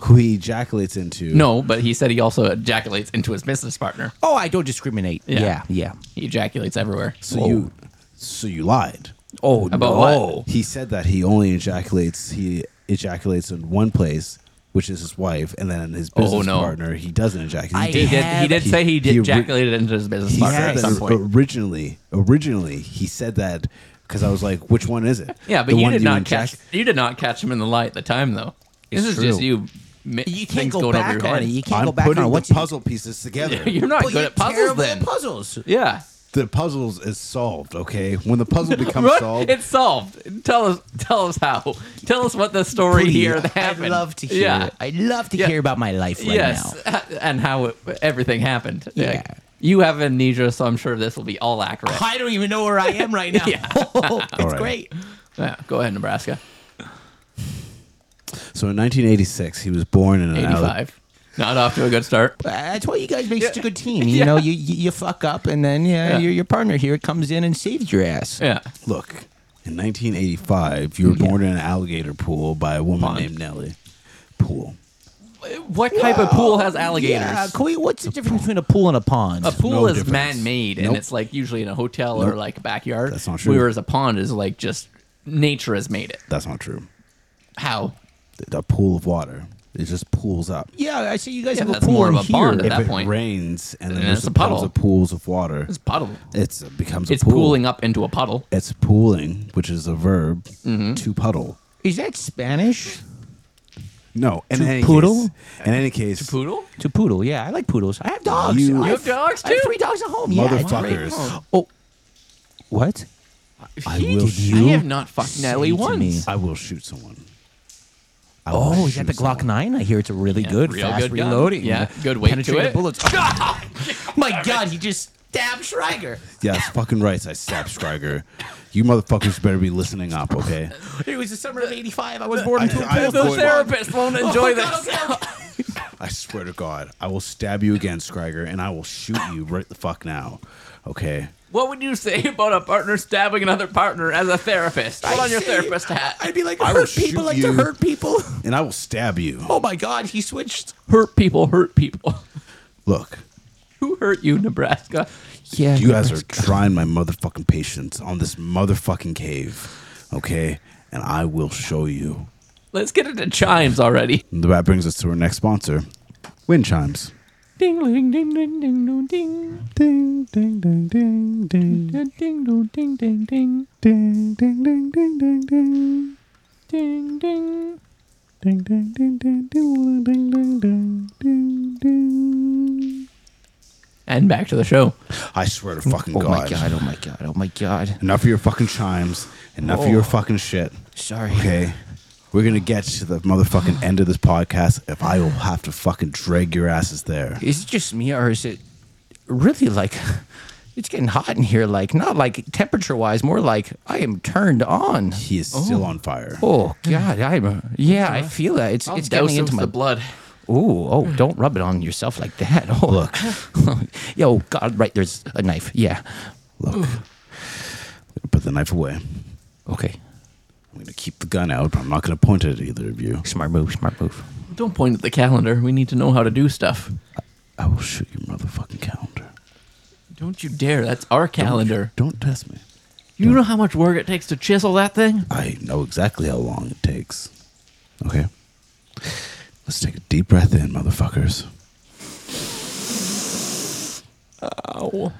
Speaker 1: who he ejaculates into,
Speaker 2: Mm-hmm. No, but he said he also ejaculates into his business partner.
Speaker 3: Oh, I don't discriminate.
Speaker 2: Yeah.
Speaker 3: Yeah, yeah.
Speaker 2: He ejaculates everywhere.
Speaker 1: So you, so you lied.
Speaker 3: Oh
Speaker 2: About
Speaker 3: no.
Speaker 2: what?
Speaker 1: He said that he only ejaculates. He ejaculates in one place, which is his wife, and then his business
Speaker 2: Oh, no.
Speaker 1: partner. He doesn't ejaculate.
Speaker 3: I
Speaker 2: He did, he
Speaker 3: have-
Speaker 2: did say he did
Speaker 1: he re-
Speaker 2: ejaculated into his business
Speaker 1: He
Speaker 2: partner
Speaker 1: said
Speaker 2: at
Speaker 1: that
Speaker 2: some point.
Speaker 1: originally. Originally, he said that because I was like, "Which one is it?"
Speaker 2: Yeah, but
Speaker 1: The
Speaker 2: you
Speaker 1: one
Speaker 2: did not
Speaker 1: ejac-
Speaker 2: catch you did not catch him in the light at the time though. This
Speaker 1: It's
Speaker 2: is just
Speaker 1: true.
Speaker 2: you. mi-
Speaker 3: You can't
Speaker 2: things
Speaker 3: go
Speaker 2: going over
Speaker 3: back
Speaker 2: your
Speaker 3: on
Speaker 2: head.
Speaker 3: it. You can't
Speaker 1: I'm
Speaker 3: go back on
Speaker 1: putting
Speaker 3: it.
Speaker 1: the
Speaker 3: What's
Speaker 1: puzzle pieces together.
Speaker 2: You're not
Speaker 3: But
Speaker 2: good
Speaker 3: you're
Speaker 2: at puzzles
Speaker 3: terrible
Speaker 2: then.
Speaker 3: at puzzles.
Speaker 2: Yeah.
Speaker 1: the puzzles is solved. Okay, when the puzzle becomes
Speaker 2: What?
Speaker 1: solved,
Speaker 2: It's solved. Tell us tell us how. Tell us what the story
Speaker 1: Please,
Speaker 2: here that
Speaker 3: I'd
Speaker 2: happened.
Speaker 3: love to hear.
Speaker 2: Yeah.
Speaker 3: it. I'd love to
Speaker 2: Yeah.
Speaker 3: hear about my life right
Speaker 2: yes.
Speaker 3: now.
Speaker 2: And how it, everything happened.
Speaker 3: Yeah.
Speaker 2: Like, you have amnesia, so I'm sure this will be all accurate.
Speaker 3: I don't even know where I am right now. it's
Speaker 1: All right.
Speaker 3: great.
Speaker 2: Yeah, go ahead, Nebraska.
Speaker 1: so in 1986, he was born in an alli-
Speaker 2: 85. Not off to a good start.
Speaker 3: That's why you guys make such a
Speaker 2: Yeah.
Speaker 3: good team. You
Speaker 2: Yeah.
Speaker 3: know, you, you you fuck up, and then yeah,
Speaker 2: Yeah.
Speaker 3: Your, your partner here comes in and saves your ass.
Speaker 2: Yeah.
Speaker 1: Look, in 1985, you were born in an alligator pool by a woman
Speaker 2: Pond.
Speaker 1: named Nellie. Pool.
Speaker 2: What type of pool has alligators?
Speaker 3: Yeah, can we- what's the difference between a pool and a pond?
Speaker 2: A pool
Speaker 1: No
Speaker 2: is
Speaker 1: difference.
Speaker 2: man-made, and
Speaker 1: Nope.
Speaker 2: it's like usually in a hotel or
Speaker 1: Nope.
Speaker 2: like backyard.
Speaker 1: That's not true.
Speaker 2: Whereas a pond is like just nature has made it.
Speaker 1: That's not true.
Speaker 2: How?
Speaker 1: The- The pool of water. It just pools up.
Speaker 3: yeah, I see you guys
Speaker 2: Yeah,
Speaker 3: have a
Speaker 2: that's
Speaker 3: pool
Speaker 2: more
Speaker 3: in
Speaker 2: of a
Speaker 3: here.
Speaker 2: pond at
Speaker 1: if
Speaker 2: that
Speaker 1: it
Speaker 2: point.
Speaker 1: rains and then
Speaker 2: And
Speaker 1: there's
Speaker 2: it's a
Speaker 1: a puddle.
Speaker 2: puddle.
Speaker 1: of pools of water,
Speaker 2: It's puddle.
Speaker 1: it's, it becomes a
Speaker 2: It's
Speaker 1: pool.
Speaker 2: pooling up into a puddle.
Speaker 1: It's pooling, which is a verb, to puddle.
Speaker 3: Is that Spanish?
Speaker 1: No, in
Speaker 3: To
Speaker 1: any
Speaker 3: poodle?
Speaker 1: Case, in any case,
Speaker 2: Poodle?
Speaker 3: To poodle, yeah. I like poodles. I have dogs.
Speaker 1: You-
Speaker 3: I
Speaker 1: You
Speaker 2: have dogs,
Speaker 3: I have
Speaker 2: too?
Speaker 3: three dogs at home. yeah, it's great.
Speaker 1: motherfuckers.
Speaker 3: Oh, what?
Speaker 1: I
Speaker 2: He-
Speaker 1: will shoot.
Speaker 2: I have not fucked
Speaker 3: say
Speaker 2: Nelly
Speaker 3: to
Speaker 2: once.
Speaker 3: me-
Speaker 1: I will shoot someone. I will
Speaker 3: Oh, is that the
Speaker 1: shoot
Speaker 3: Glock
Speaker 1: someone.
Speaker 3: Nine? I hear it's a really good,
Speaker 2: real
Speaker 3: fast
Speaker 2: good gun.
Speaker 3: reloading.
Speaker 2: Yeah, good weight to
Speaker 3: Penetrating
Speaker 2: it.
Speaker 3: bullets. My God, he just stabbed Schreiger.
Speaker 1: Yeah, it's fucking right. I stabbed Stryker. You motherfuckers better be listening up, okay?
Speaker 3: It was the summer of '85. I was born into a
Speaker 1: I- The
Speaker 3: pool.
Speaker 2: The
Speaker 1: Avoid-
Speaker 2: therapist won't enjoy this.
Speaker 1: I swear to God, I will stab you again, Scryger, and I will shoot you right the fuck now. Okay.
Speaker 2: What would you say about a partner stabbing another partner as a therapist? Put on your therapist hat.
Speaker 3: I'd be like,
Speaker 1: I will
Speaker 3: hurt people
Speaker 1: shoot
Speaker 3: like
Speaker 1: you.
Speaker 3: to hurt people.
Speaker 1: And I will stab you.
Speaker 3: Oh my God, he switched.
Speaker 2: Hurt people, hurt people.
Speaker 1: Look,
Speaker 2: Who hurt you, Nebraska?
Speaker 3: Yeah,
Speaker 1: you guys are trying my motherfucking patience on this motherfucking cave, okay? And I will show you.
Speaker 2: Let's get into chimes already.
Speaker 1: And that brings us to our next sponsor, Wind Chimes.
Speaker 2: Ding, ding, ding, ding, ding, ding, ding.
Speaker 1: Ding, ding, ding, ding, ding,
Speaker 2: Ding, ding, ding, ding, ding, ding.
Speaker 1: ding, ding, ding, ding, ding, ding.
Speaker 2: Ding, ding.
Speaker 1: Ding ding ding ding ding ding ding ding ding.
Speaker 2: And back to the show.
Speaker 1: I swear to fucking
Speaker 3: Oh
Speaker 1: God.
Speaker 3: my god! Oh my god! Oh my god!
Speaker 1: Enough of your fucking chimes. Enough
Speaker 3: Oh.
Speaker 1: of your fucking shit.
Speaker 3: Sorry.
Speaker 1: Okay. We're gonna get to the motherfucking end of this podcast if I will have to fucking drag your asses there.
Speaker 3: Is it just me, or is it really like it's getting hot in here? Like not like temperature wise, more like I am turned on.
Speaker 1: He is still on fire.
Speaker 3: Oh God! I'm yeah. I feel that it's it's getting into my
Speaker 2: blood.
Speaker 3: Ooh, oh, don't rub it on yourself like that. Oh, look. Yo, God, right, there's a knife. Yeah.
Speaker 1: Look. Put the knife away.
Speaker 3: Okay.
Speaker 1: I'm gonna keep the gun out, but I'm not gonna point it at either of you.
Speaker 3: Smart move, smart move.
Speaker 2: Don't point at the calendar. We need to know how to do stuff.
Speaker 1: I will shoot your motherfucking calendar.
Speaker 2: Don't you dare. That's our calendar.
Speaker 1: Don't test me.
Speaker 2: You know how much work it takes to chisel that thing?
Speaker 1: I know exactly how long it takes. Okay. Let's take a deep breath in, motherfuckers.
Speaker 2: Oh.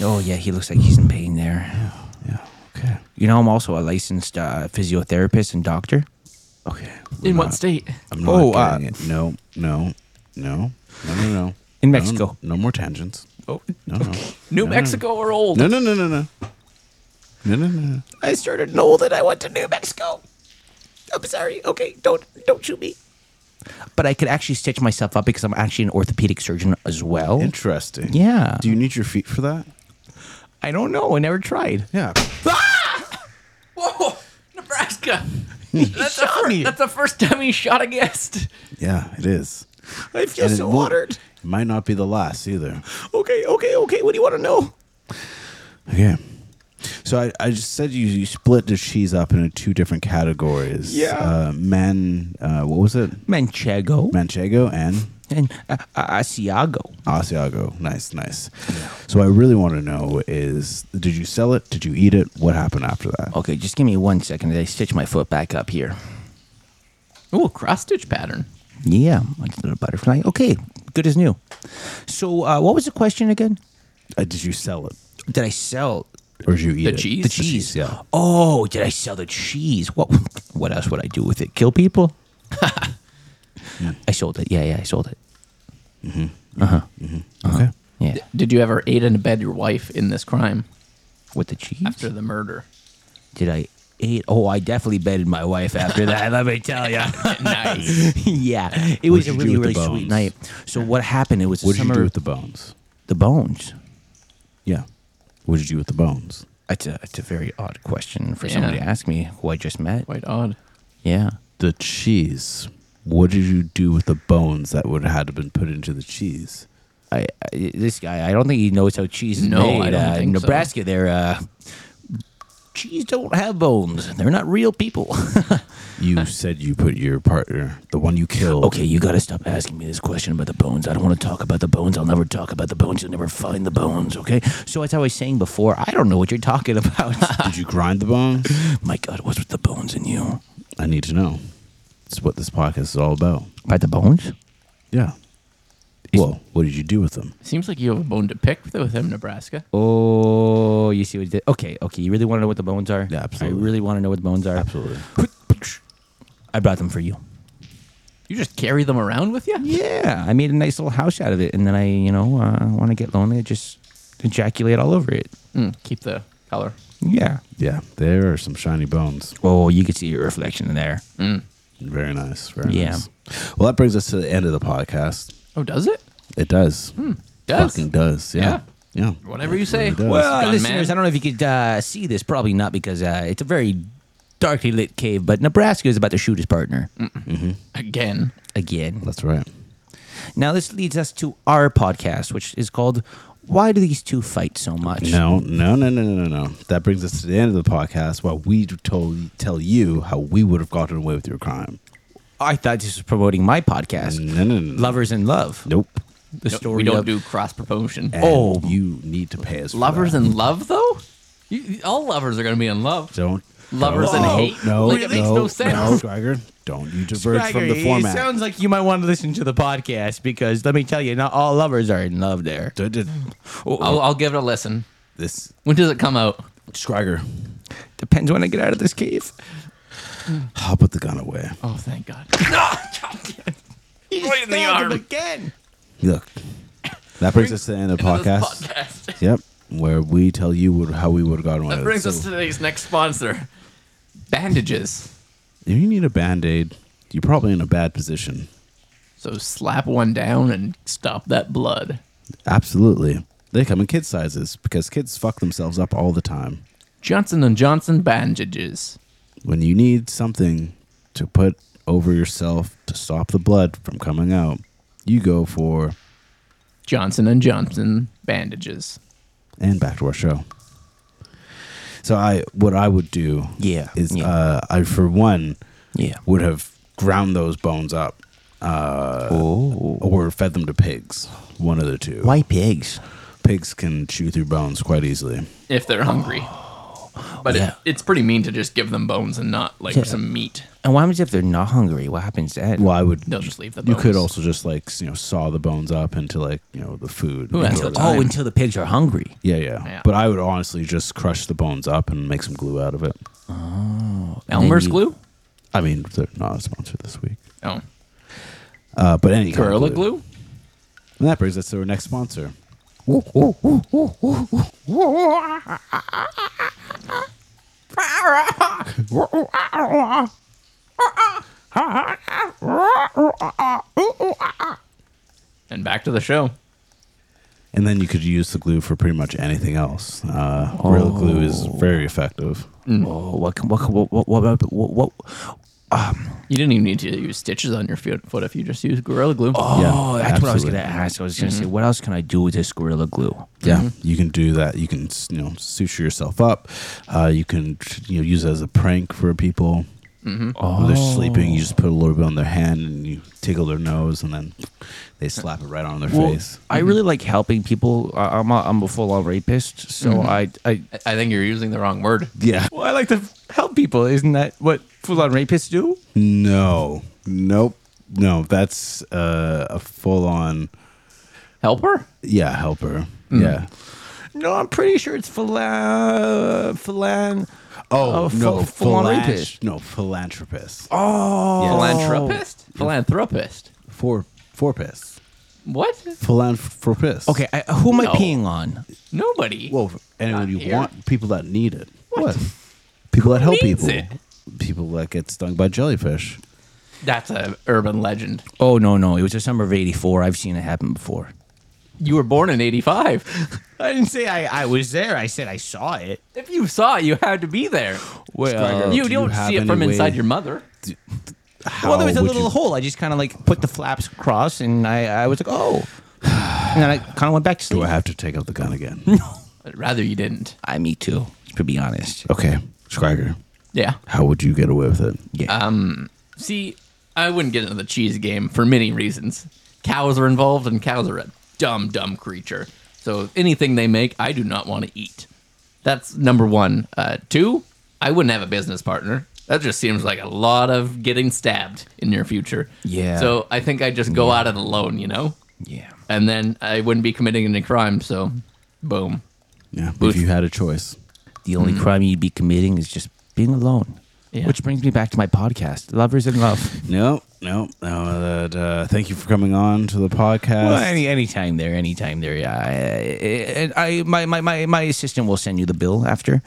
Speaker 3: Oh, yeah, he looks like he's in pain there.
Speaker 1: Yeah. Okay.
Speaker 3: You know, I'm also a licensed uh, physiotherapist and doctor.
Speaker 1: Okay. We're
Speaker 2: In what
Speaker 1: not-
Speaker 2: state?
Speaker 1: I'm not
Speaker 3: Oh, uh,
Speaker 1: getting it. No, no, no, no, no, no.
Speaker 3: In
Speaker 1: No,
Speaker 3: Mexico.
Speaker 1: No, more tangents.
Speaker 2: Oh.
Speaker 1: No, no.
Speaker 2: New
Speaker 1: No, no.
Speaker 2: Mexico or old?
Speaker 1: No, no, no, no, no. No, no, no. no.
Speaker 3: I started to know that I went to New Mexico. I'm sorry. Okay, don't don't shoot me. But I could actually stitch myself up because I'm actually an orthopedic surgeon as well.
Speaker 1: Interesting.
Speaker 3: Yeah.
Speaker 1: Do you need your feet for that?
Speaker 3: I don't know. I never tried.
Speaker 1: Yeah.
Speaker 2: Whoa! Nebraska! That's the, fir- that's the first time he shot a guest.
Speaker 1: Yeah, it is.
Speaker 3: I feel
Speaker 1: And it won't- It might not be the last either.
Speaker 3: Okay, okay, okay. What do you want to know?
Speaker 1: Okay. So I, I just said you, you split the cheese up into two different categories.
Speaker 3: Yeah.
Speaker 1: Uh, man, uh, what was it?
Speaker 3: Manchego
Speaker 1: Manchego and
Speaker 3: and uh, uh, Asiago.
Speaker 1: Asiago. Nice, nice. So I really want to know is did you sell it? Did you eat it? What happened after that?
Speaker 3: Okay, just give me one second. I stitch my foot back up here.
Speaker 2: Ooh, cross stitch pattern.
Speaker 3: Yeah, like a little butterfly. Okay, good as new. So, uh, what was the question again?
Speaker 1: Uh, did you sell it?
Speaker 3: Did I sell
Speaker 1: Or did you eat
Speaker 2: The
Speaker 1: it?
Speaker 2: cheese?
Speaker 3: the cheese?
Speaker 1: yeah.
Speaker 3: Oh, did I sell the cheese? What? What else would I do with it? Kill people? I sold it. Yeah, yeah, I sold it.
Speaker 1: Okay.
Speaker 3: Yeah,
Speaker 2: Did you ever aid and abet your wife in this crime
Speaker 3: with the cheese.
Speaker 2: after the murder?
Speaker 3: did I eat? Oh, I definitely bedded my wife after that. let me tell you.
Speaker 2: nice.
Speaker 3: yeah, it was
Speaker 1: you
Speaker 3: a
Speaker 1: do
Speaker 3: really
Speaker 1: with
Speaker 3: really
Speaker 1: the
Speaker 3: sweet
Speaker 1: bones?
Speaker 3: night. So what happened? It was the
Speaker 1: What did
Speaker 3: summer.
Speaker 1: you do with the bones?
Speaker 3: the bones?
Speaker 1: Yeah. What did you do with the bones?
Speaker 3: It's a, it's a very odd question for
Speaker 2: Yeah.
Speaker 3: someone to ask me who I just met.
Speaker 2: Quite odd.
Speaker 3: Yeah.
Speaker 1: The cheese. What did you do with the bones that would have had to been put into the cheese?
Speaker 3: I, I this guy, I don't think he knows how cheese is
Speaker 2: No, I
Speaker 3: made.
Speaker 2: don't
Speaker 3: uh, in
Speaker 2: think so.
Speaker 3: Nebraska, they're uh, cheese don't have bones. They're not real people.
Speaker 1: You said you put your partner, the one you killed.
Speaker 3: okay, you got to stop asking me this question about the bones. I don't want to talk about the bones. I'll never talk about the bones. You'll never find the bones. Okay. So that's how I was saying before. I don't know what you're talking about.
Speaker 1: Did you grind the bones?
Speaker 3: My God, what's with the bones in you?
Speaker 1: I need to know. It's what this podcast is all about.
Speaker 3: About the bones?
Speaker 1: Yeah. Well, what did you do with them?
Speaker 2: Seems like you have a bone to pick with him, Nebraska.
Speaker 3: Oh, you see what you did? Okay, okay. You really want to know what the bones are?
Speaker 1: Yeah, absolutely.
Speaker 3: I really want to know what the bones are.
Speaker 1: Absolutely.
Speaker 3: I brought them for you.
Speaker 2: You just carry them around with you?
Speaker 3: Yeah, I made a nice little house out of it, and then I, you know, uh, want to get lonely. I just ejaculate all over it.
Speaker 2: Mm, keep the color.
Speaker 3: Yeah.
Speaker 1: Yeah, there are some shiny bones.
Speaker 3: Oh, you could see your reflection in there.
Speaker 2: Hmm.
Speaker 1: Very nice. Very
Speaker 3: Yeah.
Speaker 1: nice. Well, that brings us to the end of the podcast.
Speaker 2: Oh, does it?
Speaker 1: It does.
Speaker 2: Hmm, does.
Speaker 1: Fucking does. Yeah. Yeah.
Speaker 2: Whatever you say.
Speaker 1: really does.
Speaker 3: Well,
Speaker 2: Gunman.
Speaker 3: listeners, I don't know if you could uh, see this. Probably not because uh, it's a very darkly lit cave. But Nebraska is about to shoot his partner
Speaker 2: Again.
Speaker 3: again.
Speaker 1: That's right.
Speaker 3: Now this leads us to our podcast, which is called "Why Do These Two Fight So Much?"
Speaker 1: No, no, no, no, no, no, no. That brings us to the end of the podcast where we told, tell you how we would have gotten away with your crime.
Speaker 3: I thought this was promoting my podcast,
Speaker 1: No, no, no. no.
Speaker 3: "Lovers in Love."
Speaker 1: Nope.
Speaker 3: The
Speaker 2: No,
Speaker 3: story
Speaker 2: we don't
Speaker 3: of
Speaker 2: do cross promotion.
Speaker 1: And
Speaker 3: Oh.
Speaker 1: You need to pay us. for
Speaker 2: Lovers
Speaker 1: that.
Speaker 2: in love, though? You, you- all lovers are going to be in love.
Speaker 1: Don't.
Speaker 2: Lovers
Speaker 1: don't,
Speaker 2: and
Speaker 1: no,
Speaker 2: hate?
Speaker 1: No,
Speaker 2: Like, it makes
Speaker 1: no,
Speaker 2: no sense.
Speaker 1: No, Swagger, don't you diverge from the
Speaker 3: Swagger,
Speaker 1: format.
Speaker 3: It sounds like you might want to listen to the podcast because let me tell you, not all lovers are in love there.
Speaker 1: Duh, duh.
Speaker 2: I'll, I'll give it a listen.
Speaker 1: This
Speaker 2: When does it come out?
Speaker 1: Swagger,
Speaker 3: Depends when I get out of this cave.
Speaker 1: I'll put the gun away.
Speaker 2: Oh, thank God.
Speaker 3: He's
Speaker 2: Right in the
Speaker 3: stabbed
Speaker 2: arm.
Speaker 3: him again.
Speaker 1: Look, That brings us to the end of the
Speaker 2: Into this
Speaker 1: podcast.
Speaker 2: podcast.
Speaker 1: Yep. Where we tell you what, how we would have gotten one.
Speaker 2: That
Speaker 1: of
Speaker 2: brings
Speaker 1: those.
Speaker 2: us to
Speaker 1: Oh, So
Speaker 2: today's next sponsor, bandages.
Speaker 1: if you need a band aid, you're probably in a bad position.
Speaker 2: So slap one down and stop that blood.
Speaker 1: Absolutely. They come in kid sizes because kids fuck themselves up all the time.
Speaker 2: Johnson and Johnson bandages.
Speaker 1: When you need something to put over yourself to stop the blood from coming out, you go for
Speaker 2: Johnson and Johnson bandages.
Speaker 1: and back to our show. So I what I would do
Speaker 3: Yeah,
Speaker 1: is
Speaker 3: yeah.
Speaker 1: uh I for one
Speaker 3: Yeah.
Speaker 1: would have ground those bones up
Speaker 3: Oh.
Speaker 1: or fed them to pigs, one of the two.
Speaker 3: Why pigs?
Speaker 1: Pigs can chew through bones quite easily.
Speaker 2: if they're hungry. But
Speaker 3: Yeah.
Speaker 2: it, it's pretty mean to just give them bones and not like
Speaker 3: Yeah.
Speaker 2: some meat.
Speaker 3: And what happens if they're not hungry? What happens then?
Speaker 1: Well, I would
Speaker 2: They'll just leave the
Speaker 1: You
Speaker 2: bones.
Speaker 1: could also just like s- you know saw the bones up into like you know the food.
Speaker 2: Ooh, that's
Speaker 1: Into,
Speaker 2: what
Speaker 1: like-
Speaker 3: oh,
Speaker 2: time.
Speaker 3: until the pigs are hungry.
Speaker 1: yeah, yeah,
Speaker 2: Yeah.
Speaker 1: But I would honestly just crush the bones up and make some glue out of it.
Speaker 3: then
Speaker 2: Elmer's
Speaker 3: you-
Speaker 2: glue?
Speaker 1: I mean, they're not a sponsor this week.
Speaker 2: Oh.
Speaker 1: Uh, but any kind of
Speaker 2: Gorilla glue?
Speaker 1: And that brings us to our next sponsor.
Speaker 2: And back to the show.
Speaker 1: And then you could use the glue for pretty much anything else. Uh, Gorilla glue is very effective.
Speaker 3: Oh, what, can- what, can- what, what, what, what, what?
Speaker 2: You didn't even need to use stitches on your foot foot if you just use Gorilla glue.
Speaker 3: Oh, that's what I was
Speaker 1: absolutely.
Speaker 3: gonna ask. I was gonna say, what else can I do with this gorilla glue?
Speaker 1: Yeah, you can do that. You can s- you know suture yourself up. Uh, you can you know use it as a prank for people. When
Speaker 3: Oh.
Speaker 1: they're sleeping, you just put a little bit on their hand and you tickle their nose, and then they slap it right on their
Speaker 3: Well,
Speaker 1: face.
Speaker 3: I really like helping people. I, I'm a, I'm a full on rapist, so I I
Speaker 2: I- I think you're using the wrong word.
Speaker 1: Yeah.
Speaker 3: well, I like to help people. Isn't that what full on rapists do?
Speaker 1: No. Nope. No. That's uh, a full-on
Speaker 2: Helper?
Speaker 1: yeah helper.
Speaker 3: Mm.
Speaker 1: Yeah.
Speaker 3: No, I'm pretty sure it's philan philan.
Speaker 1: Oh,
Speaker 3: Oh, fu-
Speaker 1: no,
Speaker 3: full-on
Speaker 1: philan-
Speaker 3: rapist.
Speaker 1: No, philanthropist.
Speaker 3: Oh,
Speaker 1: Yeah.
Speaker 2: Philanthropist? Philanthropist.
Speaker 1: For for piss.
Speaker 2: What?
Speaker 1: Philanthropist.
Speaker 3: Okay, I, who am
Speaker 2: No.
Speaker 3: I peeing on?
Speaker 2: Nobody.
Speaker 1: Well, for anyone
Speaker 2: Not
Speaker 1: you
Speaker 2: here.
Speaker 1: want, people that need it. What? People that help
Speaker 2: needs
Speaker 1: people.
Speaker 2: it?
Speaker 1: People that get stung by jellyfish.
Speaker 2: That's a urban legend.
Speaker 3: Oh no, no, it was the summer of '84. I've seen it happen before.
Speaker 2: You were born in 85.
Speaker 3: I didn't say I, I was there. I said I saw it.
Speaker 2: if you saw it, you had to be there.
Speaker 1: Swagger.
Speaker 3: Well,
Speaker 2: you
Speaker 1: do you
Speaker 2: don't
Speaker 1: have
Speaker 2: see it
Speaker 1: any
Speaker 2: from
Speaker 1: way-
Speaker 2: inside your mother.
Speaker 3: well, there was a
Speaker 1: How would
Speaker 3: little
Speaker 1: you-
Speaker 3: hole. I just kind of like put the flaps across, and I, I was like, oh, and then I kind of went back to
Speaker 1: Do
Speaker 3: sleep.
Speaker 1: I have to take out the gun again?
Speaker 2: I'd rather you didn't.
Speaker 3: I, me too. To be honest,
Speaker 1: okay, Swagger.
Speaker 2: Yeah.
Speaker 1: How would you get away with it?
Speaker 3: yeah.
Speaker 2: See, I wouldn't get into the cheese game for many reasons. Cows are involved, and cows are a dumb, dumb creature. So anything they make, I do not want to eat. That's number one. Uh, two, I wouldn't have a business partner. That just seems like a lot of getting stabbed in your future.
Speaker 3: Yeah.
Speaker 2: So I think I just go out it alone, you know,
Speaker 3: yeah.
Speaker 2: and then I wouldn't be committing any crime. So, boom.
Speaker 1: Yeah, if
Speaker 2: Booth.
Speaker 1: you had a choice.
Speaker 3: The only crime you'd be committing is just being alone.
Speaker 2: Yeah.
Speaker 3: Which brings me back to my podcast, Lovers in Love.
Speaker 1: No, no, no. That, uh, thank you for coming on to the podcast.
Speaker 3: Well, any anytime there, anytime there. Yeah, I, and I my, my, my, my assistant will send you the bill after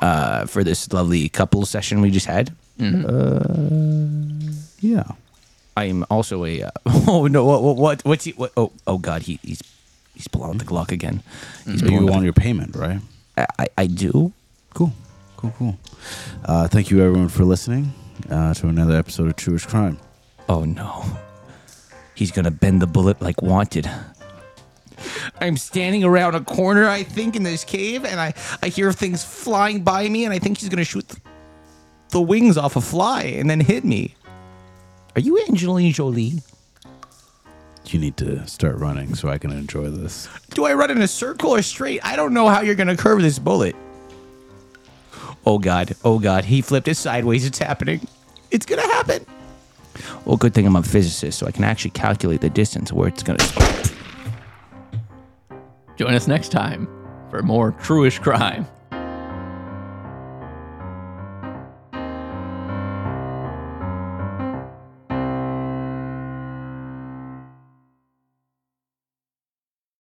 Speaker 3: uh, for this lovely couple session we just had.
Speaker 1: yeah.
Speaker 3: I am also a uh, oh no what what, what what's he what, oh oh god he he's he's blowing the Glock again. He's
Speaker 1: But you
Speaker 3: blowing
Speaker 1: want your payment, right?
Speaker 3: the, I I do.
Speaker 1: Cool, cool, cool. Uh, thank you, everyone, for listening uh, to another episode of Truish Crime.
Speaker 3: Oh no. He's gonna bend the bullet like wanted. I'm standing around a corner, I think, in this cave, and I, I hear things flying by me, and I think he's gonna shoot th- the wings off a fly and then hit me. Are you Angelina Jolie?
Speaker 1: You need to start running so I can enjoy this.
Speaker 3: Do I run in a circle or straight? I don't know how you're gonna curve this bullet. Oh god, oh god, he flipped it sideways. It's happening. It's gonna happen. Well, good thing I'm a physicist, so I can actually calculate the distance where it's gonna.
Speaker 2: Join us next time for more truish crime.